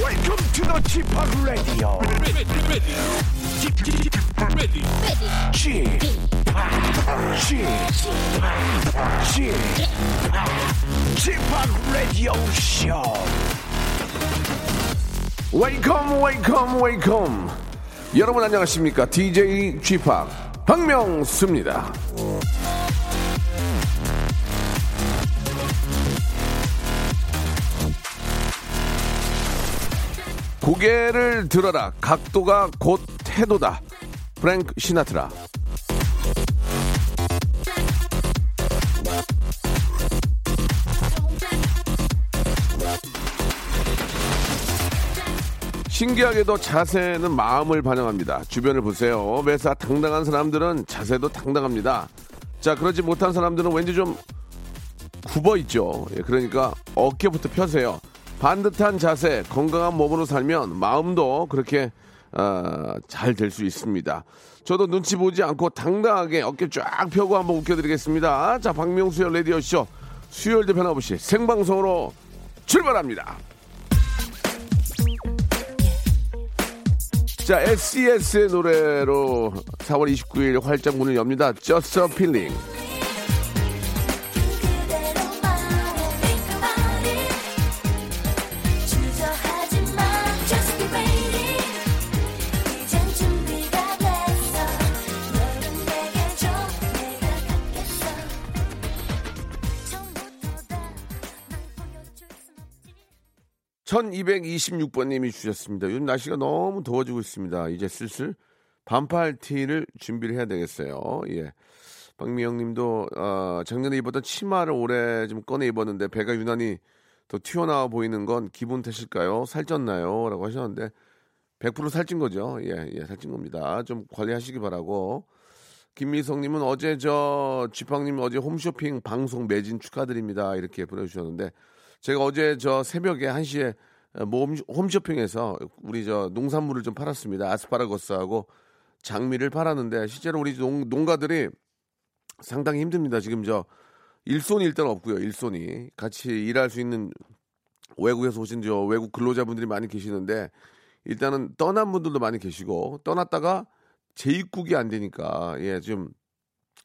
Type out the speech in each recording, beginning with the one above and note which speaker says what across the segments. Speaker 1: Welcome to the g p o p Radio.
Speaker 2: ready, ready, ready,
Speaker 1: g p o p g p o p Radio Show.
Speaker 3: 웨이컴 웨이컴 웨이컴 여러분 안녕하십니까 DJ g 팍 박명수입니다 고개를 들어라 각도가 곧 태도다 프랭크 시나트라 신기하게도 자세는 마음을 반영합니다. 주변을 보세요. 매사 당당한 사람들은 자세도 당당합니다. 자, 그러지 못한 사람들은 왠지 좀 굽어 있죠. 예, 그러니까 어깨부터 펴세요. 반듯한 자세, 건강한 몸으로 살면 마음도 그렇게 어, 잘 될 수 있습니다. 저도 눈치 보지 않고 당당하게 어깨 쫙 펴고 한번 웃겨드리겠습니다. 자, 박명수의 레디오쇼 수요일 대변함없이 생방송으로 출발합니다. 자, SES의 노래로 4월 29일 활짝 문을 엽니다. Just a Feeling.
Speaker 4: 어
Speaker 3: 1226번님이 주셨습니다. 요즘 날씨가 너무 더워지고 있습니다. 이제 슬슬 반팔 티를 준비를 해야 되겠어요. 예. 박미영님도 어, 작년에 입었던 치마를 올해 좀 꺼내 입었는데 배가 유난히 더 튀어나와 보이는 건 기분 탓일까요? 살쪘나요? 라고 하셨는데 100% 살찐 거죠. 예, 예, 살찐 겁니다. 좀 관리하시기 바라고. 김미성님은 어제 저 지팡님 어제 홈쇼핑 방송 매진 축하드립니다. 이렇게 보내주셨는데 제가 어제 저 새벽에 1시에 어, 뭐 홈쇼핑에서 우리 저 농산물을 좀 팔았습니다. 아스파라거스하고 장미를 팔았는데 실제로 우리 농, 농가들이 상당히 힘듭니다. 지금 저 일손이 일단 없고요. 일손이 같이 일할 수 있는 외국에서 오신 저 외국 근로자분들이 많이 계시는데 일단은 떠난 분들도 많이 계시고 떠났다가 재입국이 안 되니까 예좀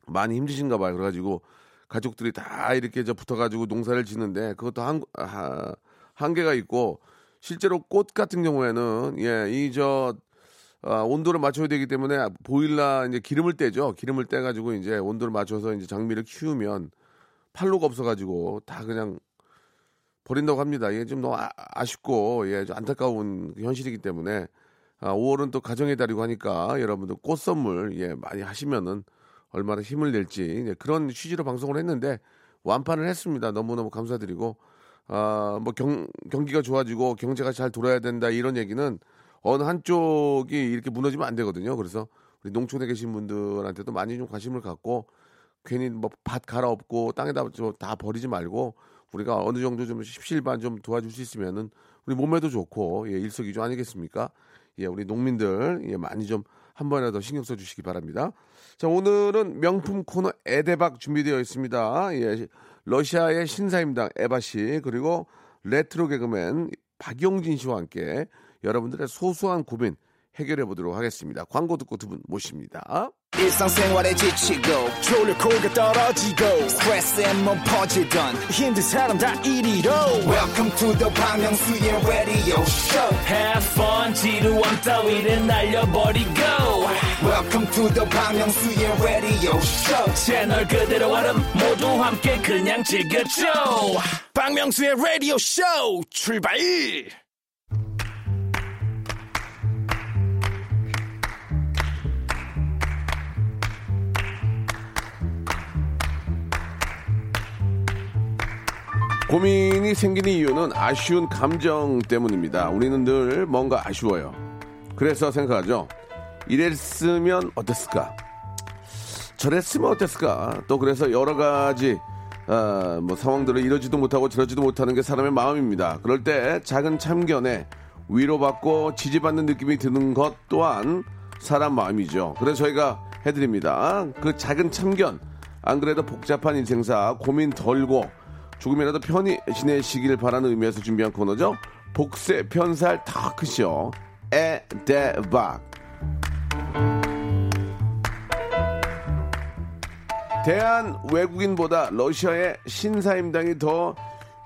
Speaker 3: 많이 힘드신가 봐요. 그래가지고 가족들이 다 이렇게 저 붙어가지고 농사를 짓는데 그것도 한, 아, 한계가 있고 실제로 꽃 같은 경우에는 예이저 아, 온도를 맞춰야 되기 때문에 보일러 이제 기름을 떼죠. 기름을 떼가지고 이제 온도를 맞춰서 이제 장미를 키우면 팔로가 없어가지고 다 그냥 버린다고 합니다. 이게 좀 너무 아, 쉽고 예, 좀 안타까운 현실이기 때문에 아, 5월은 또 가정의 달이고 하니까 여러분들 꽃 선물 예, 많이 하시면은 얼마나 힘을 낼지 예, 그런 취지로 방송을 했는데 완판을 했습니다. 너무너무 감사드리고 아, 뭐 경, 경기가 좋아지고 경제가 잘 돌아야 된다 이런 얘기는 어느 한쪽이 이렇게 무너지면 안 되거든요. 그래서 우리 농촌에 계신 분들한테도 많이 좀 관심을 갖고 괜히 뭐 밭 갈아엎고 땅에다 저다 버리지 말고 우리가 어느 정도 좀 십실반 좀 도와줄 수 있으면은 우리 몸에도 좋고 예, 일석이조 아니겠습니까? 예, 우리 농민들 예, 많이 좀 한 번이라도 신경 써 주시기 바랍니다. 자, 오늘은 명품 코너 에데박 준비되어 있습니다. 예, 러시아의 신사임당 에바 씨 그리고 레트로 개그맨 박용진 씨와 함께 여러분들의 소소한 고민 해결해 보도록 하겠습니다. 광고 듣고 두 분 모십니다.
Speaker 5: 일상생활에 지치고, 졸려 코가 떨어지고, 스트레스에 몸 퍼지던, 힘든 사람 다 이리로. welcome to the Bang Myung-soo's radio show
Speaker 2: Have fun 지루한 따위를 날려버리고
Speaker 5: welcome to the Bang Myung-soo's radio show
Speaker 2: 채널 그대로 얼음 모두 함께 그냥 즐겨줘 박명수의 라디오 쇼 출발
Speaker 3: 고민이 생기는 이유는 아쉬운 감정 때문입니다. 우리는 늘 뭔가 아쉬워요. 그래서 생각하죠. 이랬으면 어땠을까? 저랬으면 어땠을까? 또 그래서 여러 가지 아, 뭐 상황들을 이러지도 못하고 저러지도 못하는 게 사람의 마음입니다. 그럴 때 작은 참견에 위로받고 지지받는 느낌이 드는 것 또한 사람 마음이죠. 그래서 저희가 해드립니다. 그 작은 참견 안 그래도 복잡한 인생사 고민 덜고 조금이라도 편히 지내시길 바라는 의미에서 준비한 코너죠. 복세 편살 터크쇼 에데박 대한 외국인보다 러시아의 신사임당이 더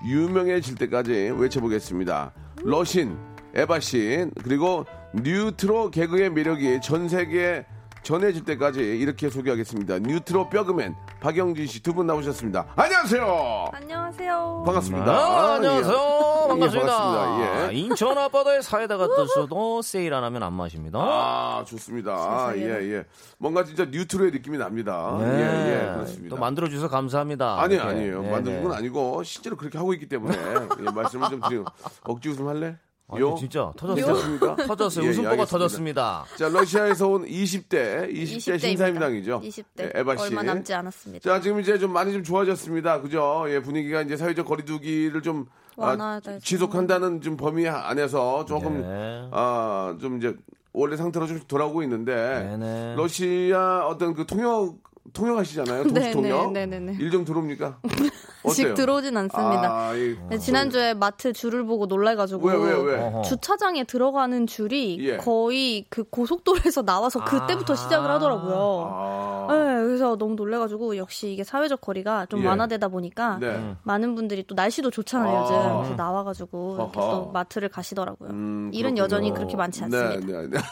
Speaker 3: 유명해질 때까지 외쳐보겠습니다. 러신, 에바신, 그리고 뉴트로 개그의 매력이 전 세계에 전해질 때까지 이렇게 소개하겠습니다. 뉴트로 뼈그맨 박영진 씨 두 분 나오셨습니다. 안녕하세요.
Speaker 4: 안녕하세요.
Speaker 3: 반갑습니다.
Speaker 2: 아,
Speaker 3: 아,
Speaker 2: 안녕하세요.
Speaker 3: 예.
Speaker 2: 반갑습니다.
Speaker 3: 예, 반갑습니다. 예.
Speaker 2: 인천 앞바다에 사이다 갖다 주셔도 세일 안 하면 안 마십니다.
Speaker 3: 아, 좋습니다. 아, 예, 예. 뭔가 진짜 뉴트로의 느낌이 납니다. 예, 예, 그렇습니다.
Speaker 2: 네. 또 만들어주셔서 감사합니다.
Speaker 3: 아니
Speaker 2: 이렇게.
Speaker 3: 아니에요.
Speaker 2: 네,
Speaker 3: 만드는 건
Speaker 2: 네.
Speaker 3: 아니고 실제로 그렇게 하고 있기 때문에 예, 말씀을 좀 드리고 억지 웃음 할래?
Speaker 2: 아,
Speaker 3: 요?
Speaker 2: 진짜 터졌어요.
Speaker 3: 괜찮습니까?
Speaker 2: 터졌어요.
Speaker 3: 예, 예,
Speaker 2: 웃음보가
Speaker 3: 알겠습니다.
Speaker 2: 터졌습니다.
Speaker 3: 자 러시아에서 온 20대
Speaker 4: 20대
Speaker 3: 20대
Speaker 4: 입니다.
Speaker 3: 신사임당이죠.
Speaker 4: 20대.
Speaker 3: 예, 에바 씨.
Speaker 4: 얼마 남지 않았습니다.
Speaker 3: 자 지금 이제 좀 많이 좀 좋아졌습니다. 그죠? 예 분위기가 이제 사회적 거리두기를 좀 아,
Speaker 4: 완화돼서.
Speaker 3: 지속한다는 좀 범위 안에서 조금
Speaker 2: 네.
Speaker 3: 아좀 이제 원래 상태로 좀 돌아오고 있는데
Speaker 2: 네네.
Speaker 3: 러시아 어떤 그 통역 통역하시잖아요. 동시
Speaker 4: 네네,
Speaker 3: 통역
Speaker 4: 네네네.
Speaker 3: 일정 들어옵니까? 어때요?
Speaker 4: 아직 들어오진 않습니다.
Speaker 3: 아, 예.
Speaker 4: 네, 지난주에 마트 줄을 보고 놀래가지고
Speaker 3: 왜, 왜, 왜?
Speaker 2: 어허.
Speaker 4: 주차장에 들어가는 줄이
Speaker 3: 예.
Speaker 4: 거의 그 고속도로에서 나와서 그때부터
Speaker 2: 아.
Speaker 4: 시작을 하더라고요.
Speaker 3: 아,
Speaker 4: 네, 그래서 너무 놀래가지고 역시 이게 사회적 거리가 좀
Speaker 3: 예.
Speaker 4: 완화되다 보니까
Speaker 3: 네.
Speaker 4: 많은 분들이 또 날씨도 좋잖아요
Speaker 3: 아.
Speaker 4: 요즘 그래서 나와가지고 이렇게
Speaker 3: 어허.
Speaker 4: 또 마트를 가시더라고요.
Speaker 3: 음,
Speaker 4: 일은
Speaker 3: 그렇군요.
Speaker 4: 여전히 그렇게 많지
Speaker 3: 네,
Speaker 4: 않습니다.
Speaker 3: 네, 네.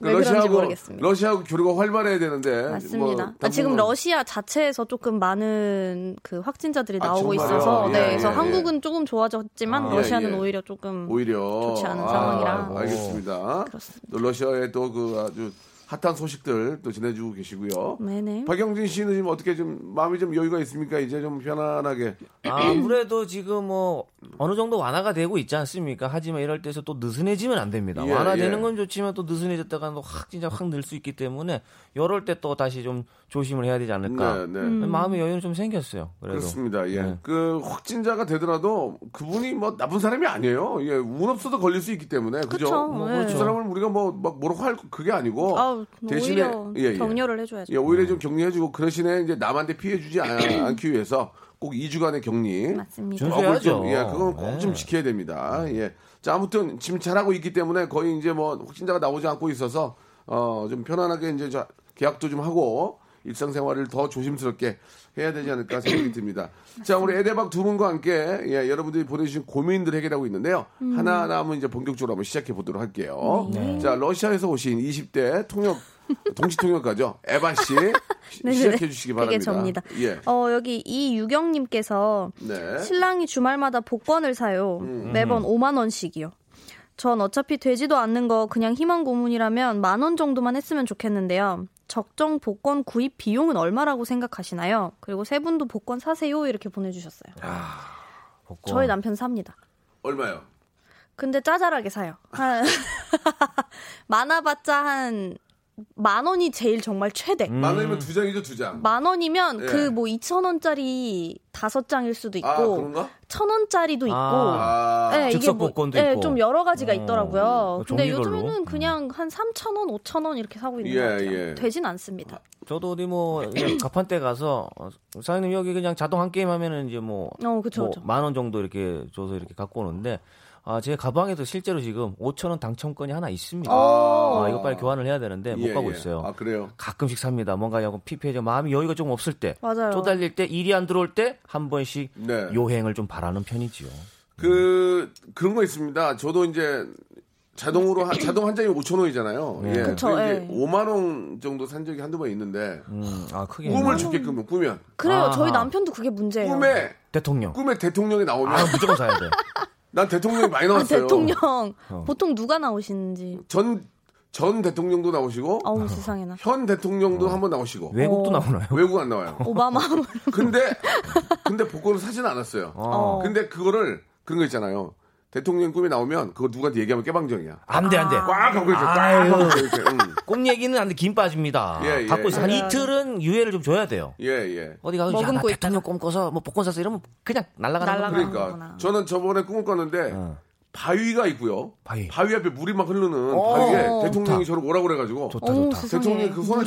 Speaker 4: 왜 그런지 모르겠습니다.
Speaker 3: 러시아하고 교류가 활발해야 되는데.
Speaker 4: 맞습니다.
Speaker 3: 뭐
Speaker 4: 아, 지금
Speaker 3: 당분간-
Speaker 4: 러시아 자체에서 조금 많은 그 확진자들이
Speaker 3: 아,
Speaker 4: 나오고
Speaker 3: 정말요?
Speaker 4: 있어서
Speaker 3: 예,
Speaker 4: 네,
Speaker 3: 예,
Speaker 4: 그래서
Speaker 3: 예.
Speaker 4: 한국은 조금 좋아졌지만
Speaker 2: 아.
Speaker 4: 러시아는
Speaker 3: 예, 예.
Speaker 4: 오히려 조금
Speaker 3: 오히려
Speaker 4: 좋지 않은
Speaker 3: 아,
Speaker 4: 상황이라.
Speaker 3: 알겠습니다.
Speaker 4: 그렇습니다.
Speaker 3: 또 러시아의 또 그 아주 핫한 소식들 또 전해주고 계시고요.
Speaker 4: 네네.
Speaker 3: 박영진 씨는 지금 어떻게 좀 마음이 좀 여유가 있습니까? 이제 좀 편안하게.
Speaker 2: 아무래도 지금 뭐 어느 정도 완화가 되고 있지 않습니까? 하지만 이럴 때서 또 느슨해지면 안 됩니다.
Speaker 3: 예,
Speaker 2: 완화되는
Speaker 3: 예.
Speaker 2: 건 좋지만 또 느슨해졌다가 또 확 진짜 확 늘 수 있기 때문에 이럴 때 또 다시 좀 조심을 해야 되지 않을까.
Speaker 4: 아.
Speaker 3: 네, 네.
Speaker 2: 마음의 여유는 좀 생겼어요. 그래도.
Speaker 3: 그렇습니다. 예.
Speaker 2: 네.
Speaker 3: 그 확진자가 되더라도 그분이 뭐 나쁜 사람이 아니에요. 예. 운 없어도 걸릴 수 있기 때문에 그죠?
Speaker 4: 그쵸,
Speaker 3: 뭐
Speaker 4: 예.
Speaker 3: 그 사람을 우리가 뭐 막 뭐라고 할 그게 아니고
Speaker 4: 아우,
Speaker 3: 어, 대신에
Speaker 4: 오히려
Speaker 3: 예, 예.
Speaker 4: 격려를 해줘야죠.
Speaker 3: 예, 오히려 좀 격리해주고 그 대신에 이제 남한테 피해주지 않- 않기 위해서 꼭 2주간의 격리.
Speaker 4: 맞습니다.
Speaker 2: 준수-
Speaker 3: 그걸 좀, 예,
Speaker 2: 해야죠.
Speaker 3: 그건 꼭
Speaker 2: 네.
Speaker 3: 좀 지켜야 됩니다. 예. 자, 아무튼 지금 잘하고 있기 때문에 거의 이제 뭐 확진자가 나오지 않고 있어서 어, 좀 편안하게 이제 자, 계약도 좀 하고 일상생활을 더 조심스럽게 해야 되지 않을까 생각이 듭니다. 자, 우리 에데박 두 분과 함께 예, 여러분들이 보내주신 고민들 해결하고 있는데요.
Speaker 4: 음.
Speaker 3: 하나하나 한번 이제 본격적으로 한번 시작해 보도록 할게요.
Speaker 4: 네.
Speaker 3: 자, 러시아에서 오신 20대 통역 동시 통역가죠. 에바 씨
Speaker 4: 네네네.
Speaker 3: 시작해 주시기 바랍니다.
Speaker 4: 그게 접니다.
Speaker 3: 예.
Speaker 4: 어, 여기 이유경님께서
Speaker 3: 네.
Speaker 4: 신랑이 주말마다 복권을 사요.
Speaker 3: 음.
Speaker 4: 매번 5만 원씩이요. 전 어차피 되지도 않는 거 그냥 희망 고문이라면 만 원 정도만 했으면 좋겠는데요. 적정 복권 구입 비용은 얼마라고 생각하시나요? 그리고 세 분도 복권 사세요 이렇게 보내주셨어요.
Speaker 3: 아,
Speaker 2: 복권.
Speaker 4: 저희 남편 삽니다.
Speaker 3: 얼마요?
Speaker 4: 근데 짜잘하게 사요. 한 많아봤자 한 만 원이 제일 정말 최대.
Speaker 3: 많으면 두 장이죠, 두 장.
Speaker 4: 만 원이면
Speaker 3: 음. 예.
Speaker 4: 그 뭐 2천 원짜리 다섯 장일 수도 있고
Speaker 3: 아, 그런가?
Speaker 4: 천 원짜리도 있고
Speaker 2: 아.
Speaker 3: 아,
Speaker 4: 예, 이게
Speaker 2: 즉석
Speaker 4: 뭐,
Speaker 2: 복권도
Speaker 4: 예,
Speaker 2: 있고.
Speaker 4: 좀 여러 가지가
Speaker 2: 어,
Speaker 4: 있더라고요. 근데
Speaker 2: 종류별로. 음.
Speaker 4: 요즘에는 그냥 한 3천 원, 5천 원 이렇게 사고 있는
Speaker 3: 예,
Speaker 4: 것 같아요.
Speaker 3: 예.
Speaker 4: 되진 않습니다.
Speaker 2: 저도 어디 뭐 이제 가판대 가서 어, 사장님 여기 그냥 자동 한 게임 하면은 이제 뭐
Speaker 4: 어, 그쵸, 그쵸.
Speaker 2: 만 원 정도 이렇게 줘서 이렇게 갖고 오는데 아, 제 가방에도 실제로 지금 5천 원 당첨권이 하나 있습니다. 아, 이거 빨리 교환을 해야 되는데 못
Speaker 3: 어. 예,
Speaker 2: 가고
Speaker 3: 예.
Speaker 2: 있어요.
Speaker 3: 아, 그래요?
Speaker 2: 가끔씩 삽니다. 뭔가 약간 피폐해져 마음이 여유가 좀 없을 때,
Speaker 4: 맞아요.
Speaker 2: 쪼달릴 때, 일이 안 들어올 때 한 번씩
Speaker 3: 네.
Speaker 2: 요행을 좀 바라는 편이지요.
Speaker 3: 그, 그런 거 있습니다. 저도 이제 자동으로, 한, 자동 한 장이
Speaker 2: 네.
Speaker 3: 5,000원이잖아요. 예.
Speaker 4: 그쵸,
Speaker 3: 근데
Speaker 4: 예.
Speaker 3: 이제 5만원 정도 산 적이 한두 번 있는데,
Speaker 2: 음, 아 크게
Speaker 3: 꿈을 줬게끔, 꾸면.
Speaker 4: 그래요.
Speaker 2: 아하.
Speaker 4: 저희 남편도 그게 문제예요.
Speaker 3: 꿈에,
Speaker 2: 대통령.
Speaker 3: 꿈에 대통령이 나오면,
Speaker 2: 아 무조건 사야 돼.
Speaker 3: 난 대통령이 많이
Speaker 4: 아,
Speaker 3: 나왔어요.
Speaker 4: 대통령 보통 누가 나오시는지.
Speaker 3: 전, 전 대통령도 나오시고,
Speaker 4: 어우 세상에나.
Speaker 3: 현
Speaker 2: 어.
Speaker 3: 대통령도 한 번 나오시고,
Speaker 2: 외국도 나오나요?
Speaker 3: 외국 안 나와요.
Speaker 4: 오바마.
Speaker 3: 근데, 근데 복권을 사진 않았어요.
Speaker 4: 어.
Speaker 3: 근데 그거를, 그런 거 있잖아요. 대통령 꿈이 나오면, 그거 누구한테 얘기하면 깨방정이야.
Speaker 2: 안돼 안돼.
Speaker 4: 아.
Speaker 3: 꽉 하고 있어. 꽉 하고 있어. 응.
Speaker 2: 꼭 얘기는 안돼 김 빠집니다.
Speaker 3: 예, 예.
Speaker 2: 갖고 있어 한
Speaker 4: 맞아요.
Speaker 2: 이틀은 유예를 좀 줘야 돼요.
Speaker 3: 예, 예.
Speaker 2: 어디 가서 야, 나
Speaker 4: 머금고 있다가.
Speaker 2: 대통령 꼼꿔서 뭐 복권 사서 이러면 그냥 날아가는
Speaker 4: 날아가.
Speaker 2: 겁니다.
Speaker 3: 그러니까
Speaker 4: 그렇구나.
Speaker 3: 저는 저번에 꿈을 꿨는데
Speaker 2: 어.
Speaker 3: 바위가 있고요.
Speaker 2: 바위.
Speaker 3: 앞에 물이 막 흐르는
Speaker 2: 어.
Speaker 3: 바위에 대통령이
Speaker 2: 좋다.
Speaker 3: 저를 오라 그래가지고
Speaker 2: 좋다
Speaker 4: 어우
Speaker 2: 좋다.
Speaker 4: 세상에.
Speaker 3: 대통령이 그 손을
Speaker 4: 물이-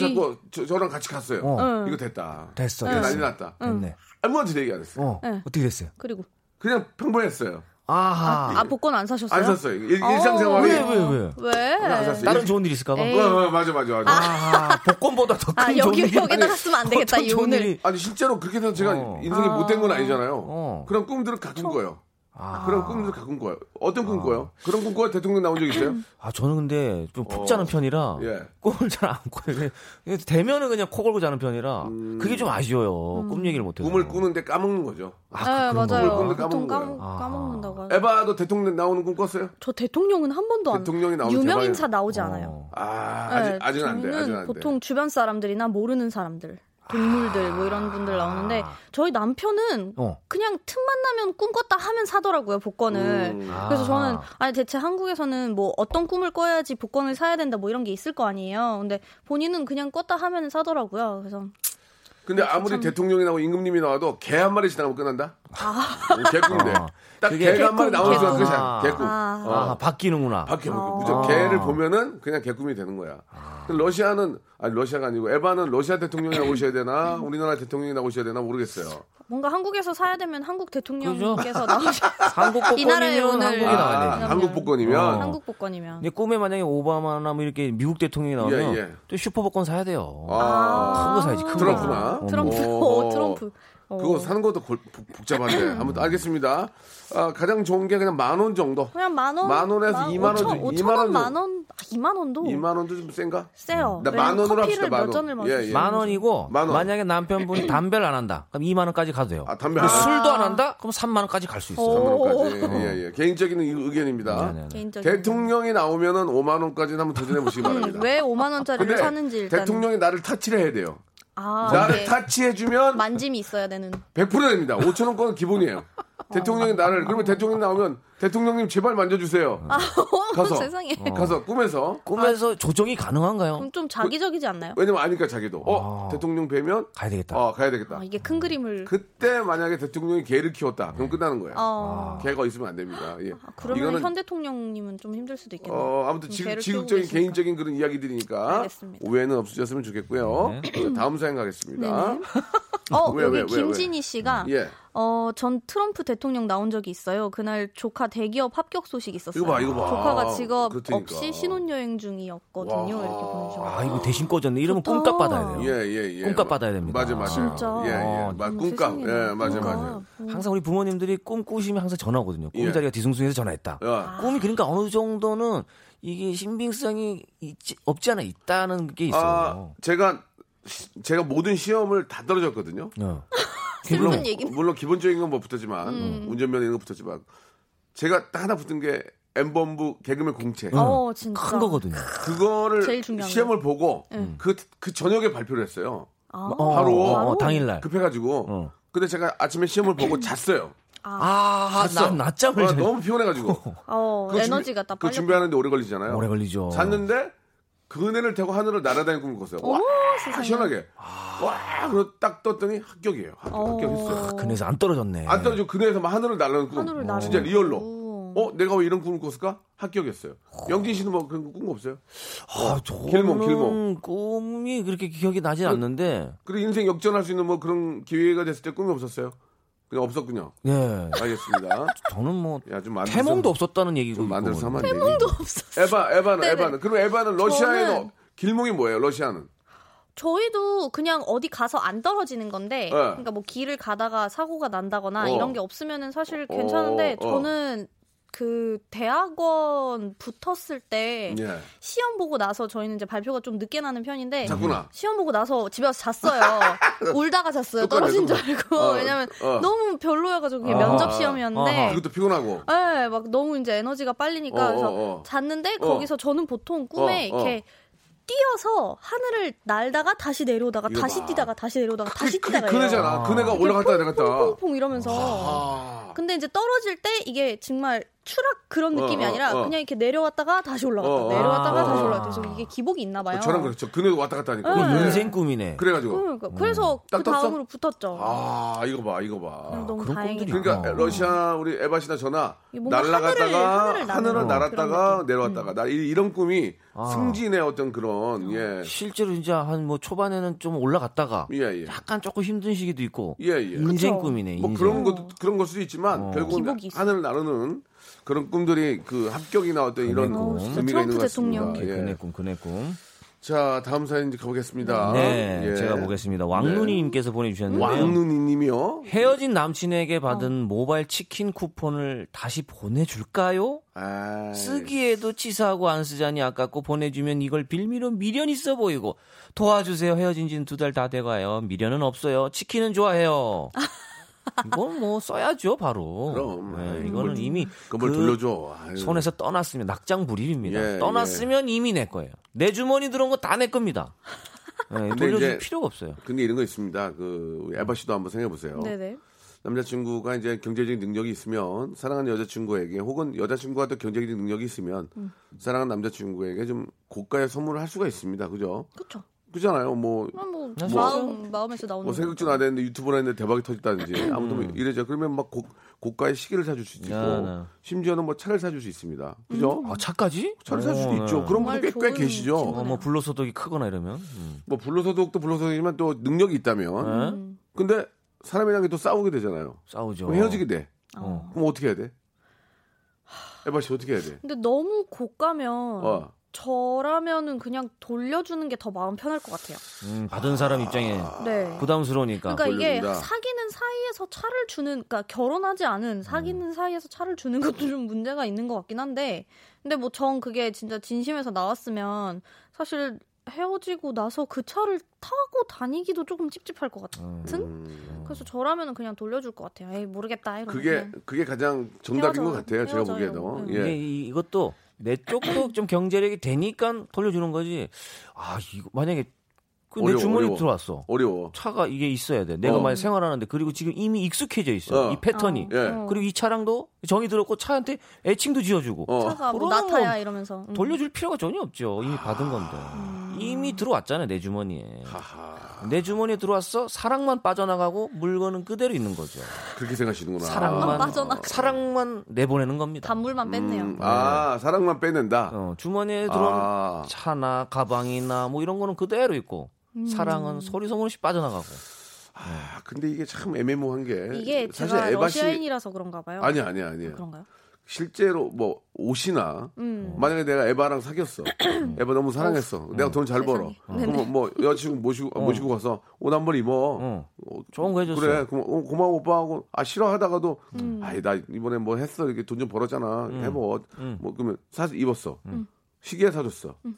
Speaker 3: 잡고 저, 랑 같이 갔어요.
Speaker 2: 어.
Speaker 3: 이거 됐다.
Speaker 2: 됐어.
Speaker 3: 이거 예, 난리
Speaker 2: 됐어.
Speaker 3: 났다.
Speaker 2: 됐네.
Speaker 3: 아무한테 얘기 안 했어. 요
Speaker 2: 어
Speaker 4: 네.
Speaker 2: 어떻게 됐어요?
Speaker 4: 그리고
Speaker 3: 그냥 평범했어요.
Speaker 2: 아하.
Speaker 4: 아, 복권 안 사셨어요?
Speaker 3: 안 샀어요. 일,
Speaker 4: 어,
Speaker 3: 상생활이
Speaker 2: 왜, 왜, 왜?
Speaker 4: 왜? 네.
Speaker 3: 안 샀어요.
Speaker 2: 다른 좋은 일 있을까봐.
Speaker 4: 에이.
Speaker 3: 어, 어, 맞아, 맞아, 맞아.
Speaker 2: 아하. 복권보다 더 큰
Speaker 4: 아,
Speaker 2: 좋은
Speaker 4: 여기,
Speaker 2: 일이.
Speaker 4: 여기다가
Speaker 2: 아니,
Speaker 4: 쓰면 안 되겠다,
Speaker 2: 더큰
Speaker 4: 이
Speaker 2: 좋은
Speaker 4: 오늘.
Speaker 2: 일이-
Speaker 3: 아니 실제로 그렇게 해서 제가
Speaker 2: 어.
Speaker 3: 인생이 못된 건 아니잖아요.
Speaker 2: 어.
Speaker 3: 그런 꿈들을 가꾼 거예요.
Speaker 2: 아.
Speaker 3: 그런 꿈들을 가꾼 거예요. 어떤 꿈 꿔요? 그런 꿈 꿔요? 대통령 나온 적 있어요?
Speaker 2: 아, 저는 근데 좀 푹 자는 편이라
Speaker 3: 예.
Speaker 2: 꿈을 잘 안 꿔요. 그냥- 그냥 대면은 그냥 코 걸고 자는 편이라 그게 좀 아쉬워요.
Speaker 4: 음.
Speaker 2: 꿈 얘기를
Speaker 3: 음.
Speaker 2: 못해서.
Speaker 3: 꿈을 꾸는데 까먹는 거죠.
Speaker 4: 네,
Speaker 2: 그런 거구나.
Speaker 4: 맞아요.
Speaker 3: 꿈을 꾸는데
Speaker 4: 보통
Speaker 3: 까먹는
Speaker 4: 까먹,
Speaker 2: 거예요.
Speaker 4: 까먹는다고 하죠.
Speaker 3: 에바도 대통령 나오는 꿈 꿨어요?
Speaker 4: 저 대통령은 한 번도 안
Speaker 3: 대통령이 나오면
Speaker 4: 어. 유명
Speaker 3: 대박이야.
Speaker 4: 인사 나오지
Speaker 2: 어.
Speaker 4: 않아요.
Speaker 3: 아, 아직,
Speaker 4: 네,
Speaker 3: 아직은 안 돼.
Speaker 4: 저희는
Speaker 3: 아직은 안 돼.
Speaker 4: 보통 주변 사람들이나 모르는 사람들, 동물들 뭐 이런 분들 나오는데
Speaker 3: 아.
Speaker 4: 저희 남편은
Speaker 2: 어.
Speaker 4: 그냥 틈만 나면 꿈꿨다 하면 사더라고요 복권을.
Speaker 3: 음.
Speaker 4: 그래서
Speaker 2: 아.
Speaker 4: 저는 아니 대체 한국에서는 뭐 어떤 꿈을 꿔야지 복권을 사야 된다 뭐 이런 게 있을 거 아니에요. 근데 본인은 그냥 꿨다 하면 사더라고요. 그래서
Speaker 3: 근데 아무리 대통령이 나오고 임금님이 나와도 개 한 마리 지나면 끝난다? 음, 개꿈인데.
Speaker 2: 어.
Speaker 3: 딱
Speaker 2: 그게-
Speaker 3: 개가 한 마리 나오는 순간
Speaker 4: 아. 개꿈.
Speaker 3: 끝이야. 개꿈. 어.
Speaker 4: 아.
Speaker 2: 아, 바뀌는구나.
Speaker 3: 밖에 어. 무조건 개를 보면은 그냥 개꿈이 되는 거야. 근데 러시아는 아니 러시아가 아니고 에바는 러시아 대통령이 나오셔야 되나 우리나라 대통령이 나오셔야 되나 모르겠어요.
Speaker 4: 뭔가 한국에서 사야 되면 한국
Speaker 2: 그죠?
Speaker 4: 대통령께서 나오셔.
Speaker 2: 한국
Speaker 4: 이 나라에
Speaker 2: 복권이면
Speaker 4: 오늘-
Speaker 2: 한국이
Speaker 3: 아,
Speaker 2: 나와야 돼.
Speaker 4: 그럼요.
Speaker 3: 한국 복권이면
Speaker 2: 어.
Speaker 4: 한국 복권이면.
Speaker 2: 근데 꿈에 만약에 오바마나 뭐 이렇게 미국 대통령이 나오면
Speaker 3: 예, 예.
Speaker 2: 또 슈퍼복권 사야 돼요.
Speaker 3: 아,
Speaker 2: 큰 거 사야지. 큰
Speaker 3: 트럼프나?
Speaker 2: 거.
Speaker 4: 트럼프.
Speaker 3: 어.
Speaker 4: 어, 트럼프. 어.
Speaker 3: 그거 사는 것도 골- 복- 복잡한데 아무튼 알겠습니다. 아, 가장 좋은 게 그냥 만 원 정도.
Speaker 4: 그냥 만 원.
Speaker 3: 만 원에서 이만 원 주-
Speaker 4: 5천
Speaker 3: 이만 원
Speaker 4: 원,
Speaker 3: 주-
Speaker 4: 만 원. 아, 2만 원도
Speaker 3: 2만 원도 좀 센가?
Speaker 4: 세요.
Speaker 3: 음. 나만 원으로 합시다,
Speaker 4: 커피를
Speaker 3: 만
Speaker 4: 몇
Speaker 3: 원.
Speaker 4: 잔을 마시
Speaker 3: 예, 예.
Speaker 2: 만 원이고
Speaker 3: 만 원.
Speaker 2: 만약에 남편분이 담배를 안 한다. 그럼 2만 원까지 가도 돼요.
Speaker 3: 아 담배
Speaker 2: 근데
Speaker 3: 안 사.
Speaker 2: 술도 안 한다? 그럼 3만 원까지 갈 수 있어요.
Speaker 3: 3만 원까지. 예, 예. 개인적인 의- 의견입니다.
Speaker 2: 네, 네, 네.
Speaker 4: 개인적인.
Speaker 3: 대통령이 나오면은 5만 원까지는 한번 도전해 보시기 바랍니다.
Speaker 4: 음, 왜 5만 원짜리를 사는지 일단.
Speaker 3: 대통령이 나를 타치를 해야 돼요.
Speaker 4: 아,
Speaker 3: 나를
Speaker 4: 오케이.
Speaker 3: 타치해주면
Speaker 4: 만짐이 있어야 되는.
Speaker 3: 100% 됩니다. 5천 원권은 기본이에요. 대통령이 나를 그러면 대통령 나오면 대통령님 제발 만져주세요. 가서 어.
Speaker 4: 아, 어, 세상에.
Speaker 3: 가서 꿈에서
Speaker 2: 꿈에서 조정이 가능한가요?
Speaker 4: 그럼 좀 자기적이지 않나요?
Speaker 3: 왜냐면 아니까 자기도 어 대통령 뵈면
Speaker 2: 가야 되겠다.
Speaker 3: 어 가야 되겠다.
Speaker 4: 아, 이게 큰 그림을.
Speaker 3: 그때 만약에 대통령이 개를 키웠다 그럼 끝나는 거예요.
Speaker 2: 아.
Speaker 4: 어.
Speaker 3: 개가 있으면 안 됩니다. 예.
Speaker 4: 아, 그러면 현 대통령님은 좀 힘들 수도 있겠네요.
Speaker 3: 어, 아무튼 지금
Speaker 4: 개를
Speaker 3: 지극적인
Speaker 4: 키우고 계시니까.
Speaker 3: 개인적인 그런 이야기들이니까
Speaker 4: 알겠습니다.
Speaker 3: 오해는 없으셨으면 좋겠고요.
Speaker 2: 네.
Speaker 3: 다음 사연 가겠습니다.
Speaker 4: 어,
Speaker 3: 왜,
Speaker 4: 여기
Speaker 3: 왜, 왜, 왜?
Speaker 4: 김진희 씨가
Speaker 3: 예.
Speaker 4: 어, 전 트럼프 대통령 나온 적이 있어요. 그날 조카 대기업 합격 소식 있었어요.
Speaker 3: 이거 봐, 이거 봐.
Speaker 4: 조카가 직업
Speaker 3: 그렇다니까.
Speaker 4: 없이 신혼여행 중이었거든요.
Speaker 3: 와.
Speaker 4: 이렇게 보내주셨어요.
Speaker 2: 아, 이거 대신 꺼졌네. 이러면
Speaker 4: 좋다.
Speaker 2: 꿈값 받아야 돼요.
Speaker 3: 예, 예, 예.
Speaker 2: 꿈값 받아야 됩니다.
Speaker 3: 맞아, 맞아.
Speaker 4: 진짜.
Speaker 3: 예, 예.
Speaker 2: 어,
Speaker 3: 맞,
Speaker 4: 어머,
Speaker 3: 꿈값.
Speaker 4: 세상에.
Speaker 3: 예, 맞아,
Speaker 4: 꿈값.
Speaker 3: 맞아.
Speaker 2: 항상 우리 부모님들이 꿈 꾸시면 항상 전화거든요.
Speaker 3: 예.
Speaker 2: 꿈자리가 뒤숭숭해서 전화했다.
Speaker 4: 아.
Speaker 3: 야.
Speaker 2: 꿈이 그러니까 어느 정도는 이게 신빙성이 있지, 없지 않아 있다는 게
Speaker 3: 아,
Speaker 2: 있어요.
Speaker 3: 제가 시- 제가 모든 시험을 다 떨어졌거든요.
Speaker 2: 어.
Speaker 4: 슬픈 얘기는.
Speaker 3: 물론 기본적인 건 뭐
Speaker 4: 음.
Speaker 3: 붙었지만 운전면허 이런 거 붙었지만 제가 딱 하나 붙은 게 엠범부 개그맨 공채.
Speaker 4: 어, 진짜.
Speaker 2: 큰 거거든요.
Speaker 3: 그거를
Speaker 4: 제일 중요한 음.
Speaker 3: 시험을 보고 그 그 저녁에 발표를 했어요.
Speaker 4: 아,
Speaker 2: 어,
Speaker 3: 바로.
Speaker 2: 어, 어, 당일날.
Speaker 4: 그
Speaker 3: 급해가지고.
Speaker 2: 어.
Speaker 3: 근데 제가 아침에 시험을 보고 잤어요.
Speaker 2: 아,
Speaker 3: 잤어.
Speaker 2: 난 낮잠을
Speaker 3: 아,
Speaker 2: 잘-
Speaker 3: 너무 피곤해가지고.
Speaker 4: 어,
Speaker 3: 그거 준비-
Speaker 4: 에너지가 딱
Speaker 3: 그거
Speaker 4: 빨려.
Speaker 3: 준비하는데 오래 걸리잖아요.
Speaker 2: 오래 어. 걸리죠.
Speaker 3: 잤는데 그네를 태고 하늘을 날아다니는 꿈을 꿨어요. 와, 시원하게. 와, 그리고 딱 떴더니 합격이에요. 합격,
Speaker 4: 어.
Speaker 3: 합격했어요. 아,
Speaker 2: 그래서 안 떨어졌네.
Speaker 3: 안 떨어지고 그네에서 막 하늘을 날아는 꿈.
Speaker 4: 하늘을 날아는
Speaker 3: 진짜 리얼로.
Speaker 4: 오.
Speaker 3: 어, 내가 왜 이런 꿈을 꿨을까? 합격했어요. 영진 씨는 뭐 그런 꿈 없어요?
Speaker 2: 아, 저는
Speaker 3: 길몽, 길몽.
Speaker 2: 꿈이 그렇게 기억이 나진 않는데.
Speaker 3: 그리고 인생 역전할 수 있는 뭐 그런 기회가 됐을 때 꿈이 없었어요? 그냥 없었군요.
Speaker 2: 예.
Speaker 3: 알겠습니다.
Speaker 2: 저는 뭐
Speaker 3: 야, 좀 만들어서-
Speaker 2: 태몽도 없었다는 얘기고.
Speaker 3: 좀 만들어서 하면 안
Speaker 4: 꿈도
Speaker 3: 되니?
Speaker 4: 없었어요.
Speaker 3: 에바, 에바는,
Speaker 4: 네네.
Speaker 3: 에바는. 그럼 에바는 러시아에는
Speaker 4: 저는-
Speaker 3: 어- 길몽이 뭐예요? 러시아는?
Speaker 4: 저희도 그냥 어디 가서 안 떨어지는 건데, 그러니까 뭐 길을 가다가 사고가 난다거나
Speaker 3: 네. 어.
Speaker 4: 이런 게 없으면은 사실 괜찮은데
Speaker 3: 어, 어.
Speaker 4: 저는 그 대학원 붙었을 때
Speaker 3: 예.
Speaker 4: 시험 보고 나서 저희는 이제 발표가 좀 늦게 나는 편인데
Speaker 3: 자꾸나.
Speaker 4: 시험 보고 나서 집에 와서 잤어요. 울다가 잤어요.
Speaker 3: 똑같네,
Speaker 4: 떨어진 줄
Speaker 3: 똑같아.
Speaker 4: 알고
Speaker 3: 어,
Speaker 4: 왜냐면
Speaker 3: 어.
Speaker 4: 너무 별로여가지고 그게
Speaker 2: 아.
Speaker 4: 면접 시험이었는데
Speaker 2: 아하.
Speaker 3: 그것도 피곤하고.
Speaker 4: 예, 막 너무 이제 에너지가 빨리니까
Speaker 3: 어,
Speaker 4: 그래서
Speaker 3: 어, 어.
Speaker 4: 잤는데
Speaker 3: 어.
Speaker 4: 거기서 저는 보통 꿈에
Speaker 3: 어, 어.
Speaker 4: 이렇게 뛰어서 하늘을 날다가 다시 내려오다가
Speaker 3: 이거
Speaker 4: 다시
Speaker 3: 봐.
Speaker 4: 뛰다가 다시 내려오다가 다시
Speaker 3: 그게
Speaker 4: 뛰다가 이래요.
Speaker 3: 그네잖아. 그네가 올라갔다 내려갔다.
Speaker 4: 퐁퐁퐁 이러면서
Speaker 3: 아.
Speaker 4: 근데 이제 떨어질 때 이게 정말 추락 그런
Speaker 3: 어,
Speaker 4: 느낌이
Speaker 3: 어,
Speaker 4: 아니라
Speaker 3: 어.
Speaker 4: 그냥 이렇게 내려왔다가 다시 올라갔다
Speaker 3: 어, 어.
Speaker 4: 내려왔다가
Speaker 2: 아.
Speaker 4: 다시 올라갔다 그래서 이게 기복이 있나 봐요.
Speaker 3: 저랑 그렇죠. 그네 왔다 갔다 하니까.
Speaker 4: 어,
Speaker 2: 이거
Speaker 3: 네.
Speaker 2: 인생 뭐 꿈이네.
Speaker 3: 그래가지고.
Speaker 4: 그러니까 그래서
Speaker 3: 딱
Speaker 4: 그
Speaker 3: 떴어?
Speaker 4: 다음으로 붙었죠. 음,
Speaker 3: 아, 이거 봐, 이거 봐.
Speaker 4: 너무
Speaker 2: 그런
Speaker 4: 다행이다.
Speaker 2: 꿈들이
Speaker 3: 그러니까
Speaker 2: 어.
Speaker 3: 러시아 우리 에바시나 저나
Speaker 4: 이게 뭔가
Speaker 3: 날아갔다가
Speaker 4: 하늘을, 하늘을 나는
Speaker 3: 하늘을
Speaker 4: 그런
Speaker 3: 날았다가
Speaker 4: 느낌. 음.
Speaker 3: 내려왔다가 나 이- 이런 꿈이
Speaker 2: 아.
Speaker 3: 승진의 어떤 그런 예.
Speaker 2: 실제로 진짜 한 뭐 초반에는 좀 올라갔다가
Speaker 3: 예, 예.
Speaker 2: 약간 조금 힘든 시기도 있고
Speaker 3: 예, 예.
Speaker 2: 인생
Speaker 4: 그쵸.
Speaker 2: 꿈이네. 인생.
Speaker 3: 뭐 그런 것 그런 걸 수도 있지만 결국은
Speaker 4: 기복이 있어.
Speaker 3: 하늘을 나르는 그런 꿈들이 그 합격이나 어떤 이런
Speaker 4: 어, 진짜
Speaker 3: 의미가 있는
Speaker 4: 트럼프
Speaker 3: 것 같습니다.
Speaker 4: 대통령.
Speaker 2: 오케이,
Speaker 3: 예.
Speaker 2: 아, 그네 꿈, 그네 꿈.
Speaker 3: 자 다음 사연 이제 가보겠습니다.
Speaker 2: 네,
Speaker 3: 예. 네.
Speaker 2: 제가 보겠습니다. 왕눈이님께서 보내주셨는데요.
Speaker 3: 왕눈이님이요.
Speaker 2: 헤어진 남친에게 받은 모바일 치킨 쿠폰을 다시 보내줄까요?
Speaker 3: 아,
Speaker 2: 쓰기에도 치사하고 안 쓰자니 아깝고 보내주면 이걸 빌미로 미련 있어 보이고 도와주세요 헤어진 지는 두 달 다 돼가요 미련은 없어요 치킨은 좋아해요 이건 뭐 써야죠 바로
Speaker 3: 그럼.
Speaker 2: 네,
Speaker 3: 아이,
Speaker 2: 이거는 이미
Speaker 3: 그걸
Speaker 2: 그
Speaker 3: 돌려줘. 아유.
Speaker 2: 손에서 떠났으면 낙장불입입니다
Speaker 3: 예,
Speaker 2: 떠났으면 이미 내 거예요 내 주머니 들어온 거 다 내 겁니다 네, 돌려줄
Speaker 3: 이제
Speaker 2: 필요가 없어요
Speaker 3: 근데 이런 거 있습니다. 그 우리 에바 씨도 한번 생각해 보세요.
Speaker 4: 네네.
Speaker 3: 남자친구가 이제 경제적인 능력이 있으면 사랑하는 여자친구에게 혹은 여자친구가 또 경제적인 능력이 있으면
Speaker 4: 음.
Speaker 3: 사랑하는 남자친구에게 좀 고가의 선물을 할 수가 있습니다. 그죠?
Speaker 4: 그쵸.
Speaker 3: 그잖아요. 뭐,
Speaker 4: 아, 뭐,
Speaker 2: 뭐,
Speaker 4: 마음, 마음에서 음. 나오는.
Speaker 3: 뭐 생각지도
Speaker 4: 거니까.
Speaker 3: 안 했는데 유튜브를 했는데 대박이 터졌다든지 아무튼 뭐 이래죠. 그러면 막 고, 고가의 시계를 사줄 수 있고
Speaker 2: 네, 네.
Speaker 3: 심지어는 뭐 차를 사줄 수 있습니다. 그죠?
Speaker 2: 아 차까지?
Speaker 3: 차를 살 수도
Speaker 2: 어, 네.
Speaker 3: 있죠. 그런
Speaker 4: 음. 정말
Speaker 3: 분들 꽤, 꽤
Speaker 4: 좋은
Speaker 3: 계시죠.
Speaker 2: 어, 뭐 불로소득이 크거나 이러면 음.
Speaker 3: 뭐 불로소득도 불로소득이지만 또 능력이 있다면
Speaker 2: 네?
Speaker 4: 음.
Speaker 3: 근데 사람이랑 또 싸우게 되잖아요.
Speaker 2: 싸우죠
Speaker 3: 그럼 헤어지게 돼.
Speaker 4: 아.
Speaker 2: 어.
Speaker 3: 그럼 어떻게 해야 돼? 에바 씨 어떻게 해야 돼?
Speaker 4: 근데 너무 고가면
Speaker 3: 어.
Speaker 4: 저라면은 그냥 돌려주는 게 더 마음 편할 것 같아요.
Speaker 2: 음, 받은 사람 입장에
Speaker 3: 아.
Speaker 4: 네.
Speaker 2: 부담스러우니까.
Speaker 4: 그러니까 이게
Speaker 3: 돌려준다.
Speaker 4: 사귀는 사이에서 차를 주는, 그러니까 결혼하지 않은 사귀는 사이에서 차를 주는 것도 좀 문제가 있는 것 같긴 한데, 근데 뭐 전 그게 진짜 진심에서 나왔으면 사실 헤어지고 나서 그 차를 타고 다니기도 조금 찝찝할 것 같은.
Speaker 3: 음.
Speaker 4: 그래서 저라면 은 그냥 돌려줄 것 같아요. 에이 모르겠다 어. 이러면.
Speaker 3: 그게 그게 가장 정답인
Speaker 4: 헤어져요.
Speaker 3: 것 같아요. 제가
Speaker 4: 헤어져요.
Speaker 3: 보기에도.
Speaker 4: 응.
Speaker 2: 이게
Speaker 3: 예.
Speaker 2: 이- 이것도 내 쪽도 좀 경제력이 되니까 돌려주는 거지. 아 이거 만약에 그내
Speaker 3: 어려워,
Speaker 2: 주머니
Speaker 3: 어려워.
Speaker 2: 들어왔어.
Speaker 3: 어려워.
Speaker 2: 차가 이게 있어야 돼. 내가
Speaker 3: 어.
Speaker 2: 만약 생활하는데 그리고 지금 이미 익숙해져 있어.
Speaker 3: 어.
Speaker 2: 이 패턴이.
Speaker 4: 어,
Speaker 3: 예.
Speaker 4: 어.
Speaker 2: 그리고 이 차량도 정이 들었고 차한테 애칭도 지어주고
Speaker 3: 어.
Speaker 4: 차가 뭐
Speaker 2: 그럼
Speaker 4: 나타야 이러면서. 음. 아.
Speaker 2: 돌려줄 필요가 전혀 없죠. 이미 받은 건데 이미 들어왔잖아요 내 주머니에.
Speaker 3: 하하.
Speaker 2: 내 주머니에 들어왔어 사랑만 빠져나가고 물건은 그대로 있는 거죠.
Speaker 3: 그렇게 생각하시는구나.
Speaker 2: 사랑만
Speaker 4: 아,
Speaker 2: 어,
Speaker 4: 빠져나가.
Speaker 2: 사랑만 내보내는 겁니다.
Speaker 4: 단물만 뺐네요.
Speaker 3: 음, 아, 사랑만 빼낸다.
Speaker 2: 어, 주머니에 들어온
Speaker 3: 아.
Speaker 2: 차나 가방이나 뭐 이런 거는 그대로 있고
Speaker 4: 음.
Speaker 2: 사랑은 소리 소문 없이 빠져나가고
Speaker 3: 아, 근데 이게 참 애매모호한 게
Speaker 4: 이게
Speaker 3: 예, 사실
Speaker 4: 제가
Speaker 3: 에바 씨
Speaker 4: 러시아인이라서 그런가 봐요.
Speaker 3: 아니 아니 아니.
Speaker 4: 그런가요?
Speaker 3: 실제로 뭐 옷이나
Speaker 4: 음.
Speaker 3: 만약에 내가 에바랑 사귀었어. 에바 너무 사랑했어. 내가 돈 잘 벌어.
Speaker 4: 세상에.
Speaker 3: 그럼 뭐 여자친구 모시고 모시고 가서 옷 한 벌 입어.
Speaker 2: 어.
Speaker 3: 어,
Speaker 2: 좋은 거 해줬어.
Speaker 3: 그래 고마, 어, 고마워 오빠하고 아 싫어하다가도
Speaker 4: 음.
Speaker 3: 아이 나 이번에 뭐 했어 이렇게 돈 좀 벌었잖아 해봐 뭐 그러면 사 입었어 시계 사줬어
Speaker 4: 음.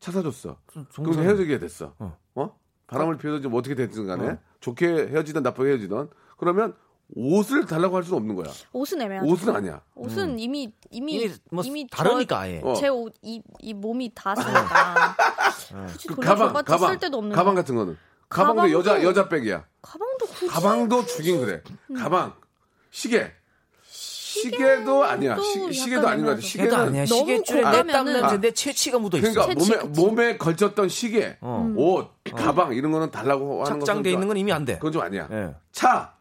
Speaker 3: 차 사줬어
Speaker 2: 좋은
Speaker 3: 그럼
Speaker 2: 사람.
Speaker 3: 헤어지게 됐어 어, 바람을 피워서 좀 어떻게 됐든 간에 좋게 헤어지든 나쁘게 헤어지든 그러면 옷을 달라고 할 수는 없는 거야
Speaker 4: 옷은 애매하죠.
Speaker 3: 옷은 아니야 음.
Speaker 4: 옷은 이미 이미
Speaker 2: 이미 뭐
Speaker 4: 저-
Speaker 2: 다르니까 아예
Speaker 3: 어.
Speaker 4: 제 옷 이 이 몸이 다 쓰니까 굳이
Speaker 3: 그 가방
Speaker 4: 돌려줘봤자
Speaker 3: 가방
Speaker 4: 쓸 데도 없는
Speaker 3: 가방
Speaker 4: 거.
Speaker 3: 같은 거는 가방도 여자
Speaker 4: 가방도- 음.
Speaker 3: 여자 백이야
Speaker 4: 가방도 굳이
Speaker 3: 가방도 주긴 그래. 가방, 시계. 시계도 아니야. 시, 시계도 아닌 것 같아.
Speaker 4: 애매하죠.
Speaker 2: 걔도
Speaker 3: 시계는
Speaker 2: 아니야
Speaker 4: 너무
Speaker 2: 시계줄에
Speaker 4: 고가면은-
Speaker 2: 내땀 냄새
Speaker 3: 아.
Speaker 2: 내 체취가 묻어 있어
Speaker 3: 그러니까
Speaker 4: 그치,
Speaker 3: 몸에
Speaker 4: 그치.
Speaker 3: 몸에 걸쳤던 시계,
Speaker 2: 어.
Speaker 3: 옷, 가방 이런 거는 달라고 하는 것은
Speaker 2: 착장돼
Speaker 3: 좀-
Speaker 2: 있는 건 이미 안돼
Speaker 3: 그건 좀 아니야.
Speaker 2: 예.
Speaker 3: 차